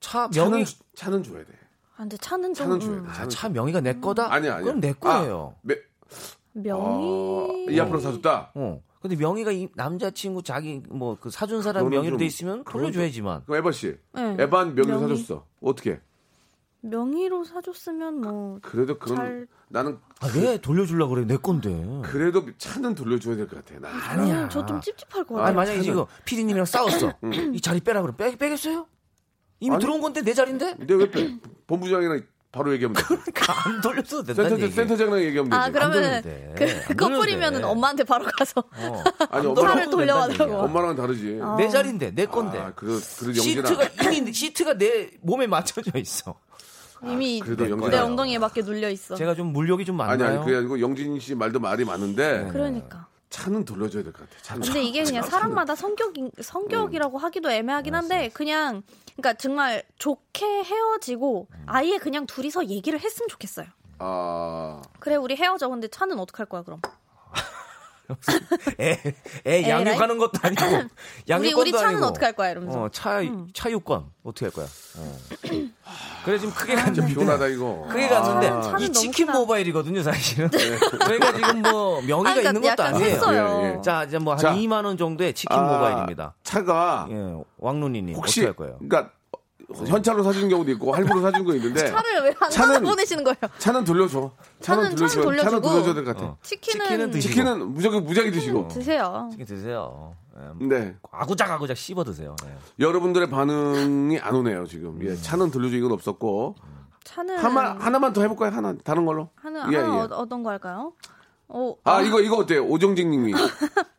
Speaker 2: 차
Speaker 3: 차는
Speaker 2: 명의
Speaker 3: 주- 차는 줘야 돼.
Speaker 4: 아, 근데 차는 좀
Speaker 3: 차는 줘야 돼.
Speaker 4: 음,
Speaker 2: 아,
Speaker 3: 차는
Speaker 2: 차
Speaker 3: 줘야 돼.
Speaker 2: 명의가 내 거다
Speaker 3: 음. 아니야 아니야.
Speaker 2: 그럼 내 거예요
Speaker 3: 아, 매, 어,
Speaker 4: 명이
Speaker 3: 이 앞으로 사줬다.
Speaker 2: 어. 근데 명의가 이 남자친구 자기 뭐 그 사준 사람
Speaker 3: 그거는
Speaker 2: 명의로
Speaker 3: 좀-
Speaker 2: 돼 있으면
Speaker 3: 그건 좀-
Speaker 2: 돌려줘야지만
Speaker 3: 그럼 에바 씨,
Speaker 4: 네.
Speaker 3: 에반 명의로
Speaker 4: 명의.
Speaker 3: 사줬어. 어떻게?
Speaker 4: 명의로 사줬으면 뭐
Speaker 3: 그래도 그런
Speaker 4: 잘-
Speaker 3: 나는
Speaker 2: 아, 왜 돌려주려고 그래 내 건데
Speaker 3: 그래도 차는 돌려줘야 될 것 같아. 나. 음,
Speaker 2: 아니야.
Speaker 4: 음, 저좀 찝찝할 것
Speaker 2: 아니
Speaker 4: 같아요.
Speaker 2: 만약에 지금 피디님이랑 싸웠어 이 자리 빼라 그럼 빼, 빼겠어요? 이미
Speaker 3: 음. 아니.
Speaker 2: 들어온 건데 내 자리인데
Speaker 3: 근데 왜 빼? 본부장이랑 바로 얘기하면 돼.
Speaker 2: 그러니까 안 돌려도 된다는
Speaker 3: 센터
Speaker 2: 얘기.
Speaker 3: 센터장이랑 얘기하면 되지.
Speaker 4: 아 그러면
Speaker 2: 돌려도 돼.
Speaker 4: 그
Speaker 2: 안
Speaker 4: 커플이면은
Speaker 2: 돌려도 돼.
Speaker 4: 엄마한테 바로 가서
Speaker 2: 어.
Speaker 3: 아니
Speaker 4: 차를
Speaker 3: 엄마랑
Speaker 4: 돌려받으라고.
Speaker 2: 돌려도
Speaker 3: 엄마랑 다르지.
Speaker 2: 내 자리인데 내 건데.
Speaker 3: 아, 그래, 그래
Speaker 2: 아, 시트가
Speaker 3: 영진아.
Speaker 2: 이미 시트가 내 몸에 맞춰져 있어.
Speaker 4: 이미
Speaker 3: 아, 그래도
Speaker 4: 내
Speaker 3: 영진아.
Speaker 4: 엉덩이에 맞게 눌려 있어.
Speaker 2: 제가 좀 물욕이 좀
Speaker 3: 아니
Speaker 2: 많나요? 네.
Speaker 3: 아니 그게 아니고 영진 씨 말도 말이 많은데
Speaker 4: 그러니까.
Speaker 3: 차는 돌려줘야 될 것 같아. 차는.
Speaker 4: 근데 이게 그냥 사람마다 성격 성격이라고 하기도 애매하긴 한데 그냥 그러니까 정말 좋게 헤어지고 아예 그냥 둘이서 얘기를 했으면 좋겠어요.
Speaker 3: 아
Speaker 4: 그래 우리 헤어져. 근데 차는 어떡할 거야 그럼?
Speaker 2: 애, 애 양육하는 것도 아니고
Speaker 4: 우리
Speaker 2: 양육권도
Speaker 4: 우리 차는
Speaker 2: 아니고.
Speaker 4: 어떻게 할 거야 음. 이러면서.
Speaker 2: 어, 차 차유권 어떻게 할 거야? 어. 그래 지금 크게 갔는데
Speaker 3: 피곤하다 이거.
Speaker 2: 크게 갔는데
Speaker 4: 아, 차는 너무
Speaker 2: 이 치킨
Speaker 4: 크다.
Speaker 2: 모바일이거든요 사실은.
Speaker 3: 네.
Speaker 2: 저희가 지금 뭐 명의가
Speaker 4: 그러니까
Speaker 2: 있는 것도
Speaker 4: 약간
Speaker 2: 아니에요.
Speaker 4: 샀어요.
Speaker 3: 예, 예.
Speaker 2: 자 이제 뭐 한
Speaker 3: 자.
Speaker 2: 2만 원 정도의 치킨
Speaker 3: 아,
Speaker 2: 모바일입니다.
Speaker 3: 차가
Speaker 2: 예, 왕눈이님
Speaker 3: 혹시
Speaker 2: 어떻게 할 거예요?
Speaker 3: 그러니까 현찰로 사주는 경우도 있고 할부로 사주는 거 있는데
Speaker 4: 차를 왜 안
Speaker 3: 차는-
Speaker 4: 가서 보내시는 거예요?
Speaker 3: 차는 돌려줘. 차는
Speaker 4: 차는- 차는
Speaker 3: 돌려줘.
Speaker 4: 돌려주고.
Speaker 3: 차는 돌려줘야 될 것 같아.
Speaker 2: 어.
Speaker 4: 치킨은,
Speaker 2: 치킨은 드시-
Speaker 3: 치킨은 무작위 무작위 드시고.
Speaker 4: 드세요.
Speaker 2: 이게 드세요. 예,
Speaker 3: 네.
Speaker 2: 아구작 아구작 씹어 드세요. 예.
Speaker 3: 여러분들의 반응이 안 오네요 지금. 예, 차는 돌려줘 이건 없었고
Speaker 4: 차는
Speaker 3: 하나 하나만 더 해볼까요? 하나 다른 걸로.
Speaker 4: 네. 하는
Speaker 3: 예,
Speaker 4: 아,
Speaker 3: 예.
Speaker 4: 어, 어떤 거 할까요? 오,
Speaker 3: 아
Speaker 4: 어,
Speaker 3: 이거 이거 어때요? 오정진님이.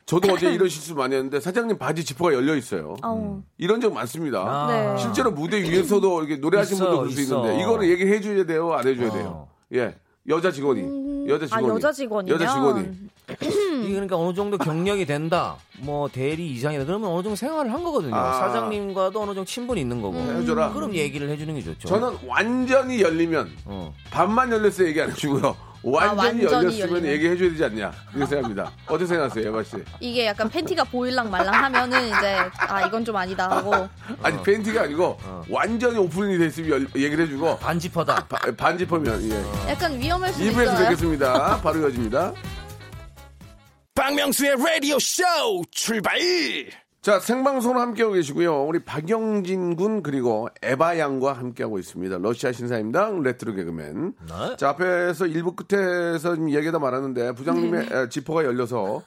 Speaker 3: 저도 어제 이런 실수 많이 했는데 사장님 바지 지퍼가 열려 있어요.
Speaker 4: 아우.
Speaker 3: 이런 적 많습니다.
Speaker 2: 아.
Speaker 4: 네.
Speaker 3: 실제로 무대 위에서도 이렇게 노래하시는
Speaker 2: 있어요,
Speaker 3: 분도 볼 수
Speaker 2: 있어. 어.
Speaker 3: 있는데 이거는 얘기를 해줘야 돼요, 안 해줘야 돼요. 예, 여자 직원이, 여자
Speaker 4: 아,
Speaker 3: 직원이,
Speaker 4: 여자 직원이면?
Speaker 3: 여자 직원이.
Speaker 4: 음.
Speaker 2: 이게 그러니까 어느 정도 경력이 된다, 뭐 대리 이상이다, 그러면 어느 정도 생활을 한 거거든요.
Speaker 3: 아. 음.
Speaker 2: 사장님과도 어느 정도 친분이 있는 거고.
Speaker 3: 해줘라.
Speaker 2: 그럼 얘기를 해주는 게 좋죠.
Speaker 3: 저는 완전히 열리면
Speaker 2: 어.
Speaker 3: 반만 열렸어요 얘기 안 해주고요. 완전히,
Speaker 4: 아, 완전히
Speaker 3: 열렸으면
Speaker 4: 열리면.
Speaker 3: 얘기해줘야 되지 않냐 이렇게 생각합니다. 어떻게 생각하세요, 예바 씨?
Speaker 4: 이게 약간 팬티가 보일랑 말랑 하면은 이제 아 이건 좀 아니다 하고
Speaker 2: 어.
Speaker 3: 아니 팬티가 아니고 완전히 오픈이 됐으면 열- 얘기를 해주고
Speaker 2: 반지퍼다.
Speaker 3: 바- 반지 펴면 예.
Speaker 4: 약간 위험할 수도
Speaker 3: 2부에서
Speaker 4: 있잖아요.
Speaker 3: 뵙겠습니다. 바로 이어집니다.
Speaker 1: 박명수의 라디오 쇼 출발
Speaker 3: 자, 생방송으로 함께하고 계시고요. 우리 박영진 군 그리고 에바 양과 함께하고 있습니다. 러시아 신사임당 레트로 개그맨.
Speaker 2: 네.
Speaker 3: 자, 앞에서 일부 끝에서 지금 얘기하다 말았는데 부장님의
Speaker 4: 네,
Speaker 3: 에, 지퍼가 열려서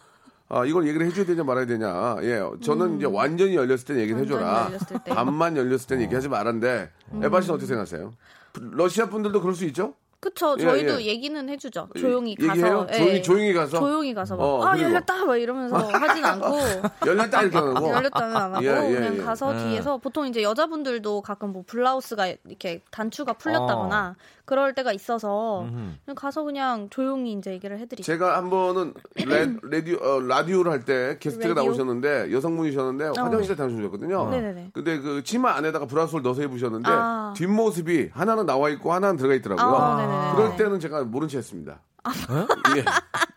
Speaker 3: 아, 이걸 얘기를 해줘야 되냐 말아야 되냐. 예, 저는 이제 완전히 열렸을 땐 얘기를
Speaker 4: 음. 완전히
Speaker 3: 해줘라.
Speaker 4: 열렸을 때. 음.
Speaker 3: 반만 열렸을 땐 얘기하지 말았는데 에바 씨는 어떻게 생각하세요? 러시아 분들도 그럴 수 있죠?
Speaker 4: 그쵸
Speaker 3: 예,
Speaker 4: 저희도
Speaker 3: 예.
Speaker 4: 얘기는 해주죠. 조용히
Speaker 3: 얘기해요?
Speaker 4: 가서 예.
Speaker 3: 조용히- 조용히 가서?
Speaker 4: 조용히 가서 막,
Speaker 3: 어,
Speaker 4: 아
Speaker 3: 그리고?
Speaker 4: 열렸다 막 이러면서 하진 않고
Speaker 3: 열렸다 이렇게 하고.
Speaker 4: 열렸다는 안 하고
Speaker 3: 예, 예,
Speaker 4: 그냥
Speaker 3: 예.
Speaker 4: 가서 뒤에서 보통 이제 여자분들도 가끔 뭐 블라우스가 이렇게 단추가 풀렸다거나
Speaker 3: 어.
Speaker 4: 그럴 때가 있어서 그냥 가서 그냥 조용히 이제 얘기를 해드리죠.
Speaker 3: 제가 한 번은 레, 라디오, 어, 라디오를 할 때 게스트가
Speaker 4: 라디오? 어, 네.
Speaker 3: 나오셨는데 여성분이셨는데 화장실에 다녀오셨거든요.
Speaker 4: 네네네.
Speaker 3: 근데 그 치마 안에다가 브라스를 넣어서 입으셨는데
Speaker 4: 아.
Speaker 3: 뒷모습이 하나는 나와 있고 하나는 들어가 있더라고요.
Speaker 4: 아, 네네네.
Speaker 3: 그럴 때는 제가 모른 채 했습니다.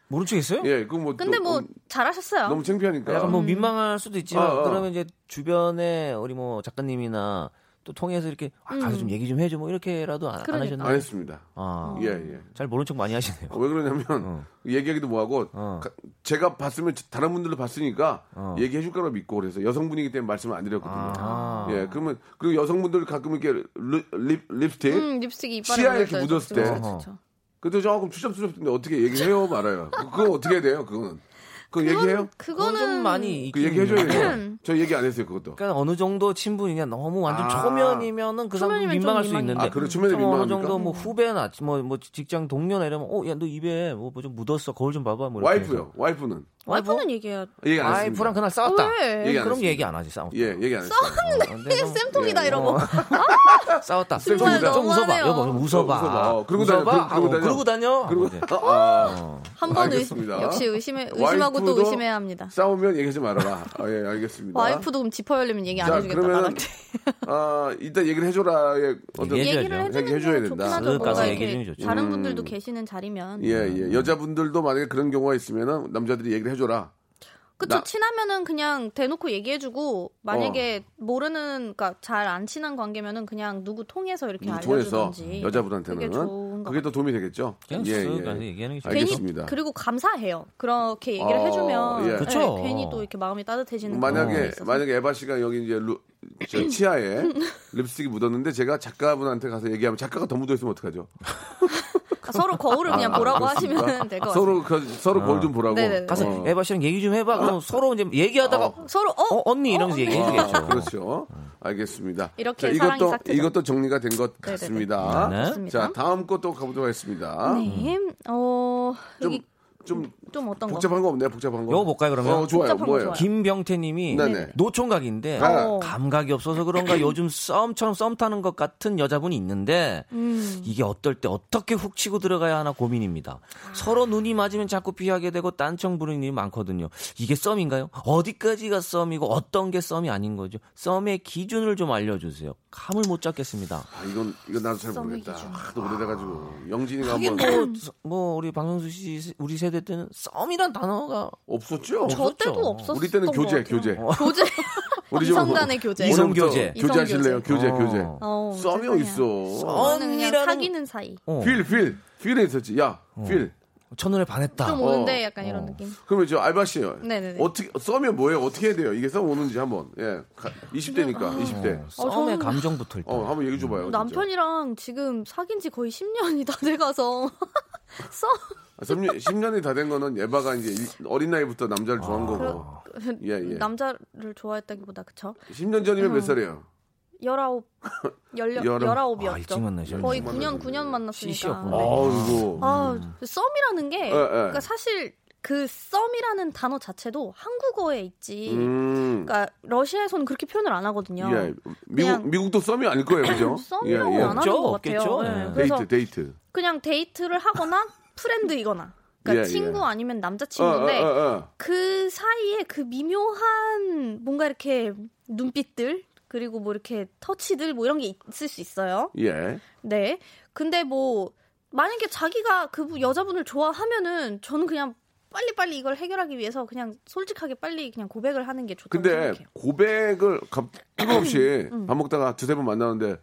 Speaker 2: 모르겠어요?
Speaker 3: 예, 예, 그뭐
Speaker 4: 근데 뭐 잘하셨어요.
Speaker 3: 너무 창피하니까.
Speaker 2: 약간
Speaker 4: 음.
Speaker 2: 뭐 민망할 수도 있지만
Speaker 3: 어, 어.
Speaker 2: 그러면 이제 주변에 우리 뭐 작가님이나 또 통해서 이렇게 아, 가서 좀 얘기 좀 해줘 뭐 이렇게라도 안,
Speaker 4: 음. 그러니까.
Speaker 2: 하셨나요?
Speaker 3: 안 했습니다.
Speaker 2: 아,
Speaker 3: 예, 예.
Speaker 2: 잘 모른 척 많이 하시네요.
Speaker 3: 왜 그러냐면 얘기하기도 뭐하고
Speaker 2: 어.
Speaker 3: 가- 제가 봤으면 다른 분들도 봤으니까
Speaker 2: 어.
Speaker 3: 얘기해 줄 거라 믿고 그래서 여성분이기 때문에 말씀을 안 드렸거든요.
Speaker 2: 아.
Speaker 3: 예, 그러면 그리고 여성분들 가끔 이렇게 립, 립, 립스틱
Speaker 4: 음, 립스틱이 이빨에
Speaker 3: 치아에 이렇게
Speaker 4: 묻어있어요.
Speaker 3: 묻었을 때.
Speaker 4: 그쵸, 그쵸, 그쵸.
Speaker 3: 근데 조금 추접추접인데 어떻게 얘기해요 말아요? 그거 어떻게 해야 돼요? 그거는 그거 얘기해요?
Speaker 2: 그건 좀
Speaker 4: 그거는
Speaker 2: 많이
Speaker 3: 그
Speaker 2: 있긴
Speaker 3: 얘기해줘야
Speaker 2: 있네요.
Speaker 3: 돼요. 저 얘기 안 했어요 그것도.
Speaker 2: 그러니까 어느 정도 친분이냐 너무 완전
Speaker 3: 아.
Speaker 2: 초면이면은 그 사람
Speaker 4: 초면이면 좀
Speaker 2: 민망할 수
Speaker 4: 민망해.
Speaker 2: 있는데
Speaker 3: 아, 그래, 초면이
Speaker 2: 좀 어느
Speaker 3: 민망합니까?
Speaker 2: 정도 뭐 후배나 뭐뭐 직장 동료나 이러면 어 야 너 입에 뭐 좀 묻었어 거울 좀 봐봐 뭐 이렇게 해서.
Speaker 3: 와이프요. 와이프는
Speaker 4: 와이프는 얘기해요.
Speaker 3: 얘기 안 했습니다.
Speaker 2: 와이프랑 그날 싸웠다
Speaker 4: 왜?
Speaker 3: 얘기 안
Speaker 2: 그럼
Speaker 3: 했습니다.
Speaker 2: 얘기 안 하지 싸웠다
Speaker 3: 예, 얘기 안 했어요. 예. 어.
Speaker 2: 싸웠는데
Speaker 4: 쌤통이다 이러고.
Speaker 2: 싸웠다 좀
Speaker 3: 쌤통이다.
Speaker 2: 웃어봐 좀 웃어봐
Speaker 4: 너무하네요.
Speaker 2: 여보 좀 웃어봐
Speaker 3: 웃어봐. 어, 그러고 다녀,
Speaker 2: 웃어봐.
Speaker 3: 그러고
Speaker 2: 하고
Speaker 3: 다녀.
Speaker 2: 그러고 다녀
Speaker 3: 그리고
Speaker 2: 이제.
Speaker 3: 아, 아,
Speaker 4: 한 번 의심,
Speaker 3: 알겠습니다.
Speaker 4: 역시 의심해, 의심하고 또
Speaker 3: 와이프도
Speaker 4: 의심해야 합니다.
Speaker 3: 싸우면 얘기하지 말아라. 아, 예, 알겠습니다.
Speaker 4: 와이프도 그럼 지퍼 열리면 얘기 안
Speaker 3: 자
Speaker 4: 해주겠다.
Speaker 3: 그러면
Speaker 4: 나한테.
Speaker 3: 아 일단 얘기를 해줘라. 예, 어떤
Speaker 2: 얘기해.
Speaker 4: 얘기를
Speaker 2: 해줘야죠.
Speaker 4: 해주는
Speaker 3: 해줘야
Speaker 4: 게
Speaker 3: 된다. 음.
Speaker 4: 좋긴 하죠.
Speaker 2: 쓱 가서
Speaker 4: 뭔가 이렇게
Speaker 2: 얘기해 주는 게 좋죠.
Speaker 4: 다른 분들도 계시는 자리면.
Speaker 3: 예, 예. 여자분들도 만약에 그런 경우가 있으면은 남자들이 얘기를 해줘라.
Speaker 4: 그쵸
Speaker 3: 나-
Speaker 4: 친하면은 그냥 대놓고 얘기해주고 만약에
Speaker 3: 어.
Speaker 4: 모르는 그러니까 잘 안 친한 관계면은 그냥 누구 통해서 이렇게
Speaker 3: 통해서
Speaker 4: 알려주든지
Speaker 3: 음, 여자분한테는
Speaker 4: 그게 좋은 것
Speaker 3: 그게 더 도움이 되겠죠. 예,
Speaker 2: 그냥 쓱 가서 얘기하는 게 좋죠.
Speaker 4: 괜히
Speaker 3: 알겠습니다.
Speaker 4: 그리고 감사해요. 그렇게 얘기를
Speaker 3: 어,
Speaker 4: 해주면
Speaker 3: 예.
Speaker 2: 그쵸.
Speaker 4: 예, 괜히 또 이렇게 마음이 따뜻해지는
Speaker 3: 만약에
Speaker 4: 있어서.
Speaker 3: 만약에 에바 씨가 여기 이제 루, 저 치아에 립스틱이 묻었는데 제가 작가분한테 가서 얘기하면 작가가 더 묻어 있으면 어떡하죠?
Speaker 4: 아, 서로 거울을 그냥 보라고 하시면 될 것 같아요.
Speaker 3: 서로 그, 서로 거울 좀 보라고.
Speaker 4: 네네네.
Speaker 2: 아. 가서
Speaker 3: 어.
Speaker 2: 에바 씨랑 얘기 좀 해봐 그럼 서로 이제 얘기하다가 어,
Speaker 4: 서로 어,
Speaker 2: 언니 이러면서
Speaker 4: 언니.
Speaker 2: 얘기해
Speaker 3: 아,
Speaker 2: 주겠죠
Speaker 3: 그렇죠. 알겠습니다.
Speaker 4: 이렇게 사랑이
Speaker 3: 이것도
Speaker 4: 싹 트죠. 네,
Speaker 3: 이것도 정리가 된 것 같습니다.
Speaker 2: 네.
Speaker 4: 좋습니다.
Speaker 3: 자 다음 것도 가보도록 하겠습니다.
Speaker 4: 네. 어,
Speaker 3: 좀
Speaker 4: 여기
Speaker 3: 좀
Speaker 4: 좀 어떤 거?
Speaker 3: 복잡한 거 없나요? 복잡한 거.
Speaker 2: 요거 볼까요, 그러면?
Speaker 3: 어, 좋아요.
Speaker 4: 복잡한 거
Speaker 3: 뭐예요?
Speaker 4: 좋아요.
Speaker 2: 김병태님이
Speaker 3: 네네.
Speaker 2: 노총각인데
Speaker 3: 아.
Speaker 2: 감각이 없어서 그런가 요즘 썸처럼 썸 타는 것 같은 여자분이 있는데
Speaker 4: 음.
Speaker 2: 이게 어떨 때 어떻게 훅 치고 들어가야 하나 고민입니다. 서로 눈이 맞으면 자꾸 피하게 되고 딴청 부르는 일이 많거든요. 이게 썸인가요? 어디까지가 썸이고 어떤 게 썸이 아닌 거죠? 썸의 기준을 좀 알려주세요. 감을 못 잡겠습니다.
Speaker 3: 아, 이건 이건
Speaker 4: 아,
Speaker 3: 나도 잘 모르겠다. 하도 오래돼가지고 아, 영진이가
Speaker 2: 이게
Speaker 3: 한번
Speaker 2: 뭐, 뭐 우리 박명수 뭐 씨 우리 될 때는 썸이란 단어가
Speaker 4: 뭐
Speaker 3: 없었죠?
Speaker 2: 저-
Speaker 4: 저
Speaker 2: 없었죠.
Speaker 4: 때도 없었어.
Speaker 3: 그렇죠. 우리 때는 교제, 교제.
Speaker 4: 어. 교제.
Speaker 3: 우리 좀-
Speaker 4: 이성 간의 교제.
Speaker 2: 이성 교제.
Speaker 3: 교제 하실래요? 교제,
Speaker 2: 어.
Speaker 3: 교제.
Speaker 4: 어,
Speaker 3: 썸이
Speaker 4: 세상에.
Speaker 3: 있어.
Speaker 4: 저는 그냥
Speaker 2: 썸이라는-
Speaker 4: 사귀는 사이.
Speaker 2: 어,
Speaker 3: 필, 필. 필에 있었지. 야, 필.
Speaker 2: 첫눈에 반했다.
Speaker 4: 좀 오는데 약간 이런 느낌.
Speaker 3: 아, 어, 그러면 저 알바씨.
Speaker 4: 네네네.
Speaker 3: 어떻게, 썸이 뭐예요? 어떻게 해야 돼요? 이게 썸 오는지 한번. 예. 20대니까, 20대.
Speaker 4: 어,
Speaker 2: 썸의
Speaker 4: 저는-
Speaker 2: 감정부터 일단.
Speaker 3: 어, 한번 얘기 줘봐요. 진짜.
Speaker 4: 남편이랑 지금 사귄 지 거의 10년이 다 돼가서 썸
Speaker 3: 아, 10년, 10년이 다 된 거는 예바가 이제 일- 어린 나이부터 남자를 좋아한 거고. 예, 예.
Speaker 4: 남자를 좋아했다기보다 그쵸?
Speaker 3: 10년 전이면
Speaker 4: 음.
Speaker 3: 몇 살이에요?
Speaker 4: 19, 19,
Speaker 3: 열아홉.
Speaker 2: 아, 일찍
Speaker 4: 19이었죠.
Speaker 2: 만나셨네.
Speaker 4: 거의
Speaker 3: 정말
Speaker 4: 9년,
Speaker 3: 만나셨네.
Speaker 4: 9년 만났으니까.
Speaker 2: CC였구나.
Speaker 3: 아이고. 음.
Speaker 4: 아, 썸이라는 게
Speaker 3: 예.
Speaker 4: 그러니까 사실 그 썸이라는 단어 자체도 한국어에 있지.
Speaker 3: 음.
Speaker 4: 그러니까 러시아에서는 그렇게 표현을 안 하거든요.
Speaker 3: 예. 미국,
Speaker 4: 그냥- 음,
Speaker 3: 미국도 썸이 아닐 거예요, 그죠?
Speaker 4: 썸이라고
Speaker 3: 예, 예.
Speaker 4: 안 하는
Speaker 2: 어? 없죠,
Speaker 4: 것 같아요.
Speaker 2: 없겠죠.
Speaker 4: 네,
Speaker 2: 네.
Speaker 4: 그래서
Speaker 3: 데이트, 데이트.
Speaker 4: 그냥 데이트를 하거나 프렌드이거나 그러니까
Speaker 3: 예,
Speaker 4: 친구
Speaker 3: 예.
Speaker 4: 아니면 남자친구인데
Speaker 3: 어, 어, 어.
Speaker 4: 그 사이에 그 미묘한 뭔가 이렇게 눈빛들 그리고 뭐 이렇게 터치들 뭐 이런 게 있을 수 있어요.
Speaker 3: 예.
Speaker 4: 네. 근데 뭐 만약에 자기가 그 부- 여자분을 좋아하면은 저는 그냥 빨리빨리 이걸 해결하기 위해서 그냥 솔직하게 빨리 그냥 고백을 하는 게 좋다고
Speaker 3: 근데
Speaker 4: 생각해요. 음.
Speaker 3: 고백을 갑 뜬금없이 밥 먹다가 두세 번 만나는데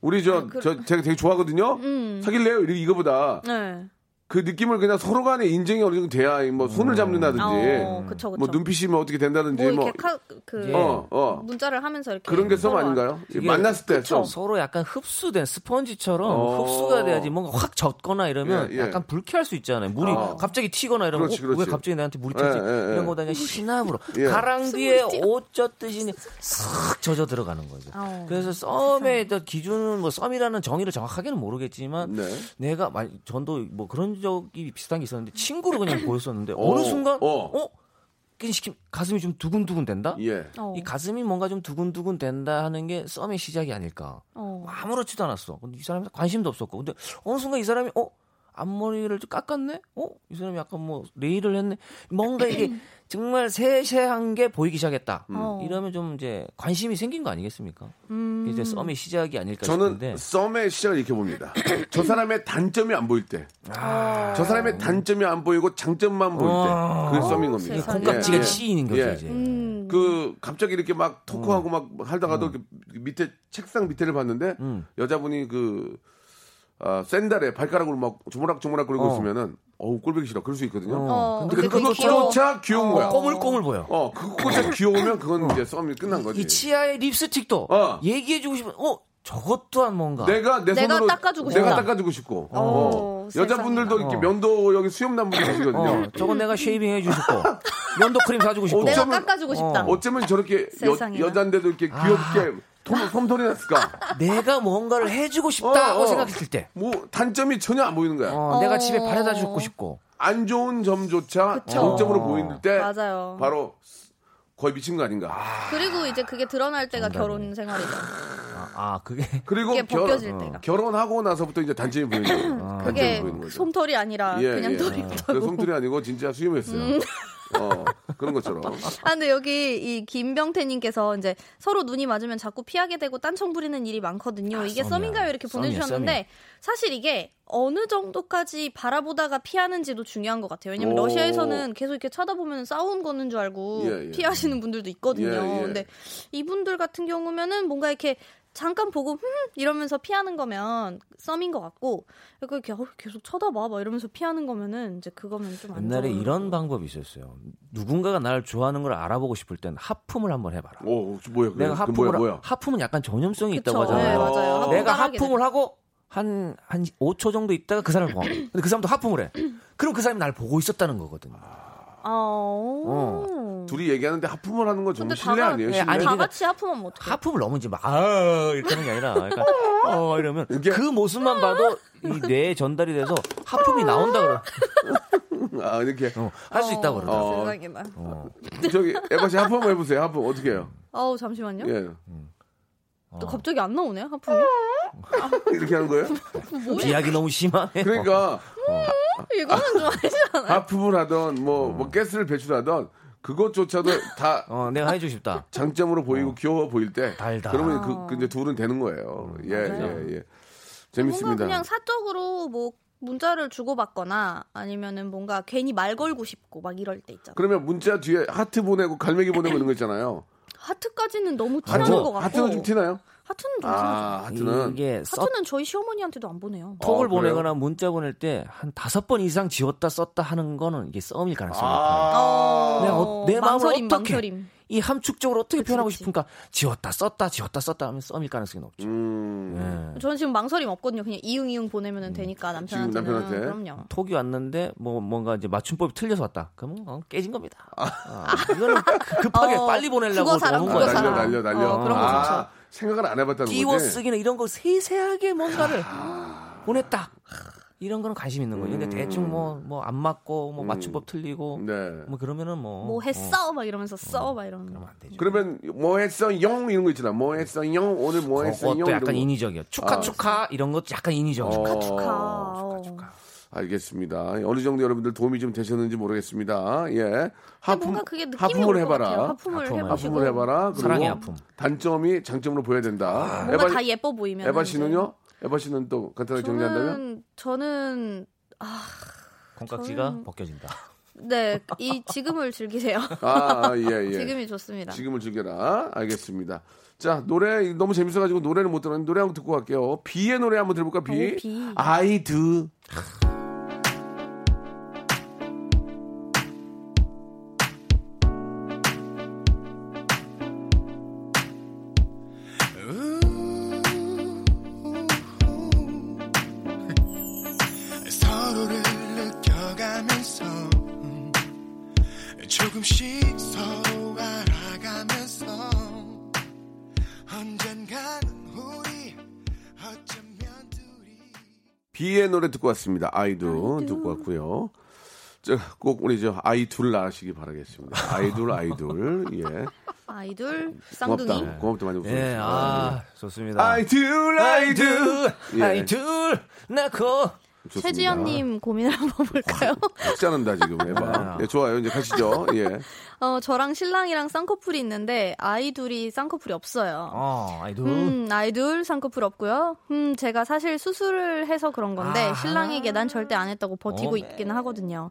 Speaker 3: 우리 저,
Speaker 4: 아, 그-
Speaker 3: 저 제가 되게 좋아하거든요.
Speaker 4: 음.
Speaker 3: 사귈래요? 이거- 이거보다
Speaker 4: 네.
Speaker 3: 그 느낌을 그냥 서로 간에 인정이 어느 정도 돼야 뭐 손을
Speaker 2: 음.
Speaker 3: 잡는다든지
Speaker 4: 어, 그쵸, 그쵸.
Speaker 3: 뭐 눈빛이 뭐 어떻게 된다든지
Speaker 4: 뭐
Speaker 3: 뭐
Speaker 4: 이렇게 카, 그
Speaker 2: 예.
Speaker 3: 어, 어.
Speaker 4: 문자를 하면서 이렇게
Speaker 3: 그런 게 썸
Speaker 4: 서로
Speaker 3: 아닌가요?
Speaker 2: 이게-
Speaker 3: 만났을 때 썸.
Speaker 4: 그쵸.
Speaker 2: 서로 약간 흡수된 스펀지처럼
Speaker 3: 어.
Speaker 2: 흡수가 돼야지 뭔가 확 젖거나 이러면
Speaker 3: 예, 예.
Speaker 2: 약간 불쾌할 수 있잖아요. 물이
Speaker 3: 어.
Speaker 2: 갑자기 튀거나 이러면
Speaker 3: 그렇지,
Speaker 2: 어,
Speaker 3: 그렇지.
Speaker 2: 왜 갑자기 나한테 물이
Speaker 3: 예,
Speaker 2: 튀지?
Speaker 3: 예, 예.
Speaker 2: 이런 거다 그냥 시나브로
Speaker 3: 예.
Speaker 2: 가랑비에 옷 젖듯이 그냥 싹 젖어 들어가는 거죠.
Speaker 4: 아우. 네.
Speaker 2: 그래서 썸의 어떤 기준은 뭐 썸이라는 정의를 정확하게는 모르겠지만
Speaker 3: 네.
Speaker 2: 내가 만 전도 뭐 그런 적이 비슷한 게 있었는데 친구로 그냥 보였었는데
Speaker 3: 어,
Speaker 2: 어느 순간
Speaker 3: 어.
Speaker 2: 어 그냥 시키- 가슴이 좀 두근두근 된다?
Speaker 3: 예.
Speaker 4: 어.
Speaker 2: 이 가슴이 뭔가 좀 두근두근 된다 하는 게 썸의 시작이 아닐까.
Speaker 4: 어.
Speaker 2: 아무렇지도 않았어. 근데 이 사람이 관심도 없었고. 근데 어느 순간 이 사람이 어 앞머리를 좀 깎았네? 어? 이 사람이 약간 뭐 레일을 했네? 뭔가 이게 정말 세세한 게 보이기 시작했다.
Speaker 4: 어.
Speaker 2: 이러면 좀 이제 관심이 생긴 거 아니겠습니까?
Speaker 4: 음.
Speaker 2: 그게 이제 썸의 시작이 아닐까
Speaker 3: 저는
Speaker 2: 싶은데.
Speaker 3: 썸의 시작을 이렇게 봅니다. 저 사람의 단점이 안 보일 때.
Speaker 2: 아,
Speaker 3: 저 사람의 단점이 안 보이고 장점만 보일 때. 그게 썸인 겁니다.
Speaker 4: 세상에.
Speaker 2: 콩깍지가
Speaker 4: 예.
Speaker 2: 치이는 거죠
Speaker 3: 예.
Speaker 2: 이제.
Speaker 4: 음.
Speaker 3: 그 갑자기 이렇게 막 토크하고 막 하다가도 이렇게 밑에 책상 밑에를 봤는데 여자분이 그 아, 샌들에 발가락으로 막 조모락조모락 긁고
Speaker 2: 어.
Speaker 3: 있으면은 어우 꼴보기 싫어 그럴 수 있거든요.
Speaker 4: 어,
Speaker 3: 근데,
Speaker 4: 근데 그게 어.
Speaker 3: 그것조차 귀여운 거야.
Speaker 2: 꼬물꼬물 보여.
Speaker 3: 어, 그것조차 귀여우면 그건 이제 썸이 끝난 거지.
Speaker 2: 이 치아의 립스틱도
Speaker 3: 예. 어.
Speaker 2: 얘기해주고 싶은. 어 저것 또한 뭔가.
Speaker 3: 내가 내
Speaker 4: 내가
Speaker 3: 손으로
Speaker 4: 닦아주고
Speaker 3: 내가
Speaker 4: 싶다.
Speaker 3: 닦아주고 싶고.
Speaker 4: 오,
Speaker 3: 어.
Speaker 4: 세상에.
Speaker 3: 여자분들도 이렇게
Speaker 2: 어.
Speaker 3: 면도 여기 수염난 분이 계시거든요.
Speaker 2: 어, 저건
Speaker 4: 음.
Speaker 2: 내가 쉐이빙 해주고 면도 크림 사주고 싶고.
Speaker 4: 내가
Speaker 3: 어쩌면-
Speaker 4: 깎아주고 싶다.
Speaker 3: 그 어쩌면 저렇게
Speaker 4: 세상에나.
Speaker 3: 여, 여잔데도 이렇게 귀엽게 톰, 솜털이 났을까?
Speaker 2: 내가 뭔가를 해주고 싶다고
Speaker 3: 어, 어.
Speaker 2: 생각했을 때
Speaker 3: 뭐 단점이 전혀 안 보이는 거야.
Speaker 2: 어, 내가 집에 바래다 주고 싶고
Speaker 3: 안 좋은 점조차
Speaker 4: 그쵸.
Speaker 3: 장점으로 보일 때
Speaker 4: 맞아요.
Speaker 3: 예. 바로 거의 미친 거 아닌가.
Speaker 4: 그리고 이제 그게 드러날 때가 결혼 생활이죠.
Speaker 2: 아, 아, 그게
Speaker 3: 그리고
Speaker 4: 그게 벗겨질 때가.
Speaker 3: 하고 나서부터 이제 단점이 보이는 거예요. 단점이
Speaker 4: 그게
Speaker 3: 보이는 아, 거죠. 예,
Speaker 4: 솜털이 아니라 그냥 음. 돌이
Speaker 3: 그래서 솜털이 아니고 진짜 수염했어요. 어, 그런 것처럼.
Speaker 4: 아, 근데 여기 이 김병태님께서 이제 서로 눈이 맞으면 자꾸 피하게 되고 딴청 부리는 일이 많거든요. 이게
Speaker 2: 아, 썸이야.
Speaker 4: 썸인가요? 이렇게
Speaker 2: 썸이야,
Speaker 4: 보내주셨는데 사실 이게 어느 정도까지 바라보다가 피하는지도 중요한 것 같아요. 왜냐면
Speaker 3: 오.
Speaker 4: 러시아에서는 계속 이렇게 쳐다보면 싸운 거는 줄 알고
Speaker 3: 예, 예.
Speaker 4: 피하시는 분들도 있거든요.
Speaker 3: 예, 예.
Speaker 4: 근데 이분들 같은 경우면은 뭔가 이렇게 잠깐 보고 흠 이러면서 피하는 거면 썸인 것 같고 약간 이렇게 어, 계속 쳐다봐 막 이러면서 피하는 거면은 이제 그거면 좀 안
Speaker 2: 옛날에
Speaker 4: 좋은
Speaker 2: 이런 방법이 있었어요 누군가가 나를 좋아하는 걸 알아보고 싶을 땐 하품을 한번 해봐라
Speaker 3: 오, 저 뭐야? 그게?
Speaker 2: 내가
Speaker 3: 그
Speaker 2: 하품을
Speaker 3: 뭐야, 뭐야?
Speaker 2: 하품은 약간 전염성이 있다고
Speaker 4: 그쵸. 네,
Speaker 2: 하잖아요
Speaker 4: 맞아요. 하품
Speaker 2: 내가
Speaker 4: 따라하게
Speaker 2: 하품을 하고 한, 한 5초 정도 있다가 그 사람을 봐. 근데 그 사람도 하품을 해. 그럼 그 사람이 날 보고 있었다는 거거든요.
Speaker 4: 아, 어.
Speaker 3: 둘이 얘기하는데 하품을 하는 건좀
Speaker 4: 근데
Speaker 3: 실례
Speaker 4: 다,
Speaker 3: 아니에요?
Speaker 4: 같-
Speaker 2: 네,
Speaker 3: 실례?
Speaker 2: 아니,
Speaker 4: 다
Speaker 2: 그러니까-
Speaker 4: 같이 하품하면 뭐 어떡해?
Speaker 2: 하품을 너무 이제 막, 아, 이렇게 하는 게 아니라, 그러니까, 어, 이러면,
Speaker 3: 이게-
Speaker 2: 그 모습만 봐도 이 뇌에 전달이 돼서 하품이 나온다 그러,
Speaker 3: 아, 이렇게.
Speaker 2: 할 수 있다고
Speaker 4: 아,
Speaker 2: 그러더라고.
Speaker 3: 어.
Speaker 4: 세상에 나.
Speaker 3: 저기, 에바 씨 하품 한번 해보세요. 하품 어떻게 해요?
Speaker 4: 어우 잠시만요.
Speaker 3: 예.
Speaker 4: 또 갑자기 안 나오네 하품이.
Speaker 3: 이렇게 하는 거예요?
Speaker 2: 비약이 너무 심하네.
Speaker 3: 그러니까
Speaker 4: 이거는 좀 아니지 않아요?
Speaker 3: 하품을 하던 뭐, 뭐 가스를 배출하던 그것조차도 다
Speaker 2: 어, 내가 해주고 싶다.
Speaker 3: 장점으로 보이고 귀여워 보일 때
Speaker 2: 어. 달다.
Speaker 3: 그러면 그, 그 이제 둘은 되는 거예요. 예,
Speaker 4: 어. 맞아요.
Speaker 3: 예, 예.
Speaker 4: 뭔가
Speaker 3: 재밌습니다.
Speaker 4: 그냥 사적으로 뭐 문자를 주고받거나 아니면은 뭔가 괜히 말 걸고 싶고 막 이럴 때 있잖아.
Speaker 3: 그러면 문자 뒤에 하트 보내고 갈매기 보내고 이런 거 있잖아요.
Speaker 4: 하트까지는 너무
Speaker 3: 하트,
Speaker 4: 티나는 것 같고.
Speaker 3: 하트는 좀 티나요?
Speaker 4: 하트는 좀
Speaker 3: 아,
Speaker 4: 티나죠.
Speaker 3: 하트는.
Speaker 2: 이게 썼
Speaker 4: 하트는 저희 시어머니한테도 안 보내요.
Speaker 2: 톡을
Speaker 3: 아, 그래요?
Speaker 2: 보내거나 문자 보낼 때 한 다섯 번 이상 지웠다 썼다 하는 거는 이게 썸일 가능성이 높아요.
Speaker 3: 아,
Speaker 2: 내, 어, 내 마음을
Speaker 4: 망설임,
Speaker 2: 어떻게
Speaker 4: 망설임.
Speaker 2: 이 함축적으로 어떻게
Speaker 4: 그치,
Speaker 2: 표현하고
Speaker 4: 그치.
Speaker 2: 싶으니까 지웠다 썼다 지웠다 썼다 하면 썸일 가능성이 높죠.
Speaker 3: 음.
Speaker 2: 예.
Speaker 4: 저는 지금 망설임 없거든요. 그냥 이응 이응 보내면 은 되니까 남편한테는. 음,
Speaker 3: 남편한테?
Speaker 4: 그럼요.
Speaker 2: 톡이 왔는데 뭐 뭔가 이제 맞춤법이 틀려서 왔다. 그러면 어, 깨진 겁니다. 아, 이거는 급하게
Speaker 4: 어,
Speaker 2: 빨리 보내려고
Speaker 4: 국어 사랑,
Speaker 2: 오는
Speaker 3: 아,
Speaker 4: 그거
Speaker 2: 거예요.
Speaker 3: 날려,
Speaker 4: 사람.
Speaker 3: 날려, 날려.
Speaker 4: 어, 그런 거
Speaker 3: 아, 생각을 안 해봤다는
Speaker 2: 끼워
Speaker 3: 거지. 아.
Speaker 2: 쓰기는 이런 거 세세하게 뭔가를 보냈다. 이런 거는 관심 있는 거죠. 근데 대충 뭐 뭐 안 맞고 뭐 맞춤법 틀리고
Speaker 3: 음. 네.
Speaker 2: 뭐 그러면은 뭐
Speaker 4: 뭐
Speaker 2: 어,
Speaker 4: 했어? 막 이러면서 써? 막 이러는 거.
Speaker 2: 그러면 안 되죠.
Speaker 3: 그러면 뭐 했어 영 이런 거 있잖아. 뭐 했어 영 오늘 뭐 했어 영
Speaker 2: 그것도
Speaker 3: 이런 거.
Speaker 2: 약간 인위적이에요. 축하
Speaker 3: 아.
Speaker 2: 축하 이런 것도 약간 인위적이에요.
Speaker 3: 어.
Speaker 4: 축하.
Speaker 3: 알겠습니다. 어느 정도 여러분들 도움이 좀 되셨는지 모르겠습니다. 예.
Speaker 4: 근데 네, 뭔가 그게 느낌이
Speaker 3: 하품을
Speaker 4: 올것
Speaker 3: 해봐라.
Speaker 4: 같아요. 하품을
Speaker 2: 하품을.
Speaker 4: 해보시고.
Speaker 3: 하품을 해봐라. 그리고
Speaker 2: 사랑의 하품.
Speaker 3: 단점이 장점으로 보여야 된다.
Speaker 4: 아, 뭔가 다 예뻐 보이면.
Speaker 3: 에바 씨는요? 에바 씨는 또 간단하게 정리한다면?
Speaker 4: 저는 저는
Speaker 2: 콩깍지가
Speaker 4: 저는-
Speaker 2: 벗겨진다.
Speaker 4: 네, 이 지금을 즐기세요.
Speaker 3: 아, 아, 예, 예.
Speaker 4: 지금이 좋습니다.
Speaker 3: 지금을 즐겨라. 알겠습니다. 자, 노래 너무 재밌어가지고 노래를 못 들었는데 노래 한 곡 듣고 갈게요. 비의 노래 한번 들어볼까? 비.
Speaker 4: 오, 비.
Speaker 3: I do.
Speaker 6: 서로를 느껴가면서 조금씩 서로 알아가면서 언젠간 우리 어쩌면 둘이
Speaker 3: 비의 노래 듣고 왔습니다. 아이두 듣고 왔고요. 저, 꼭 우리 저 아이둘 낳으시기 바라겠습니다. 아이둘 아이둘 예
Speaker 4: 아이돌 쌍둥이. 네.
Speaker 3: 고맙다 네, 고맙다 많이 웃어주셨습니다.
Speaker 2: 예, 아 좋습니다.
Speaker 3: 아이둘 아이둘 예.
Speaker 2: 아이둘 나코
Speaker 3: 좋습니다.
Speaker 4: 최지연님 고민을 한번 볼까요?
Speaker 3: 짜는다 지금
Speaker 2: 네.
Speaker 3: 에바. 예, 좋아요 이제 가시죠. 예
Speaker 4: 어, 저랑 신랑이랑 쌍꺼풀이 있는데 아이 둘이 쌍꺼풀이 없어요.
Speaker 2: 어 아이둘
Speaker 4: 음, 아이 둘 쌍꺼풀 없고요. 음, 제가 사실 수술을 해서 그런 건데
Speaker 2: 아하.
Speaker 4: 신랑에게 난 절대 안 했다고 버티고
Speaker 2: 어.
Speaker 4: 있기는 하거든요.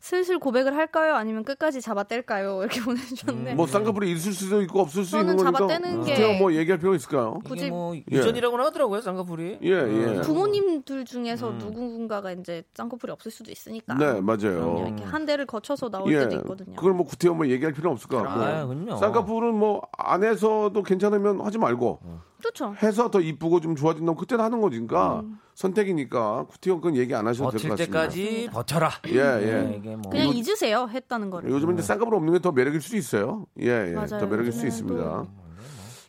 Speaker 4: 슬슬 고백을 할까요? 아니면 끝까지 잡아뗄까요? 이렇게 보내주셨는데
Speaker 3: 뭐 쌍꺼풀이 있을 수도 있고 없을 수도
Speaker 4: 네. 저는
Speaker 3: 있는 거니까
Speaker 4: 잡아떼는 게-
Speaker 3: 어떻게 뭐 얘기할 필요 있을까요?
Speaker 2: 이게
Speaker 4: 굳이-
Speaker 2: 뭐 유전이라고는 하더라고요 쌍꺼풀이.
Speaker 3: 예,
Speaker 2: 아,
Speaker 3: 예.
Speaker 4: 부모님들 중에서 누군가가 이제 쌍꺼풀이 없을 수도 있으니까
Speaker 3: 네
Speaker 4: 그럼요.
Speaker 3: 맞아요.
Speaker 4: 이렇게 한 대를 거쳐서 나올
Speaker 3: 예,
Speaker 4: 때도 있거든요.
Speaker 3: 그걸 뭐 구태여 뭐 얘기할 필요 는 없을 것 같고.
Speaker 2: 아, 그럼요.
Speaker 3: 쌍꺼풀은 뭐 안에서도 괜찮으면 하지 말고
Speaker 4: 그렇죠.
Speaker 3: 해서 더 이쁘고 좀 좋아진다면 그때는 하는 거니까
Speaker 4: 음.
Speaker 3: 선택이니까 구태형 그건 얘기 안 하셔도 될 것
Speaker 2: 버틸
Speaker 3: 같습니다.
Speaker 2: 때까지 버텨라.
Speaker 3: 예, 예.
Speaker 2: 네, 이게 뭐
Speaker 4: 그냥 잊으세요 했다는 거를.
Speaker 3: 요즘은 이제 쌍꺼풀 없는 게 더 매력일 수 있어요. 예, 예.
Speaker 4: 음. 맞아요.
Speaker 3: 더 매력일 수
Speaker 4: 요즘에는
Speaker 3: 있습니다.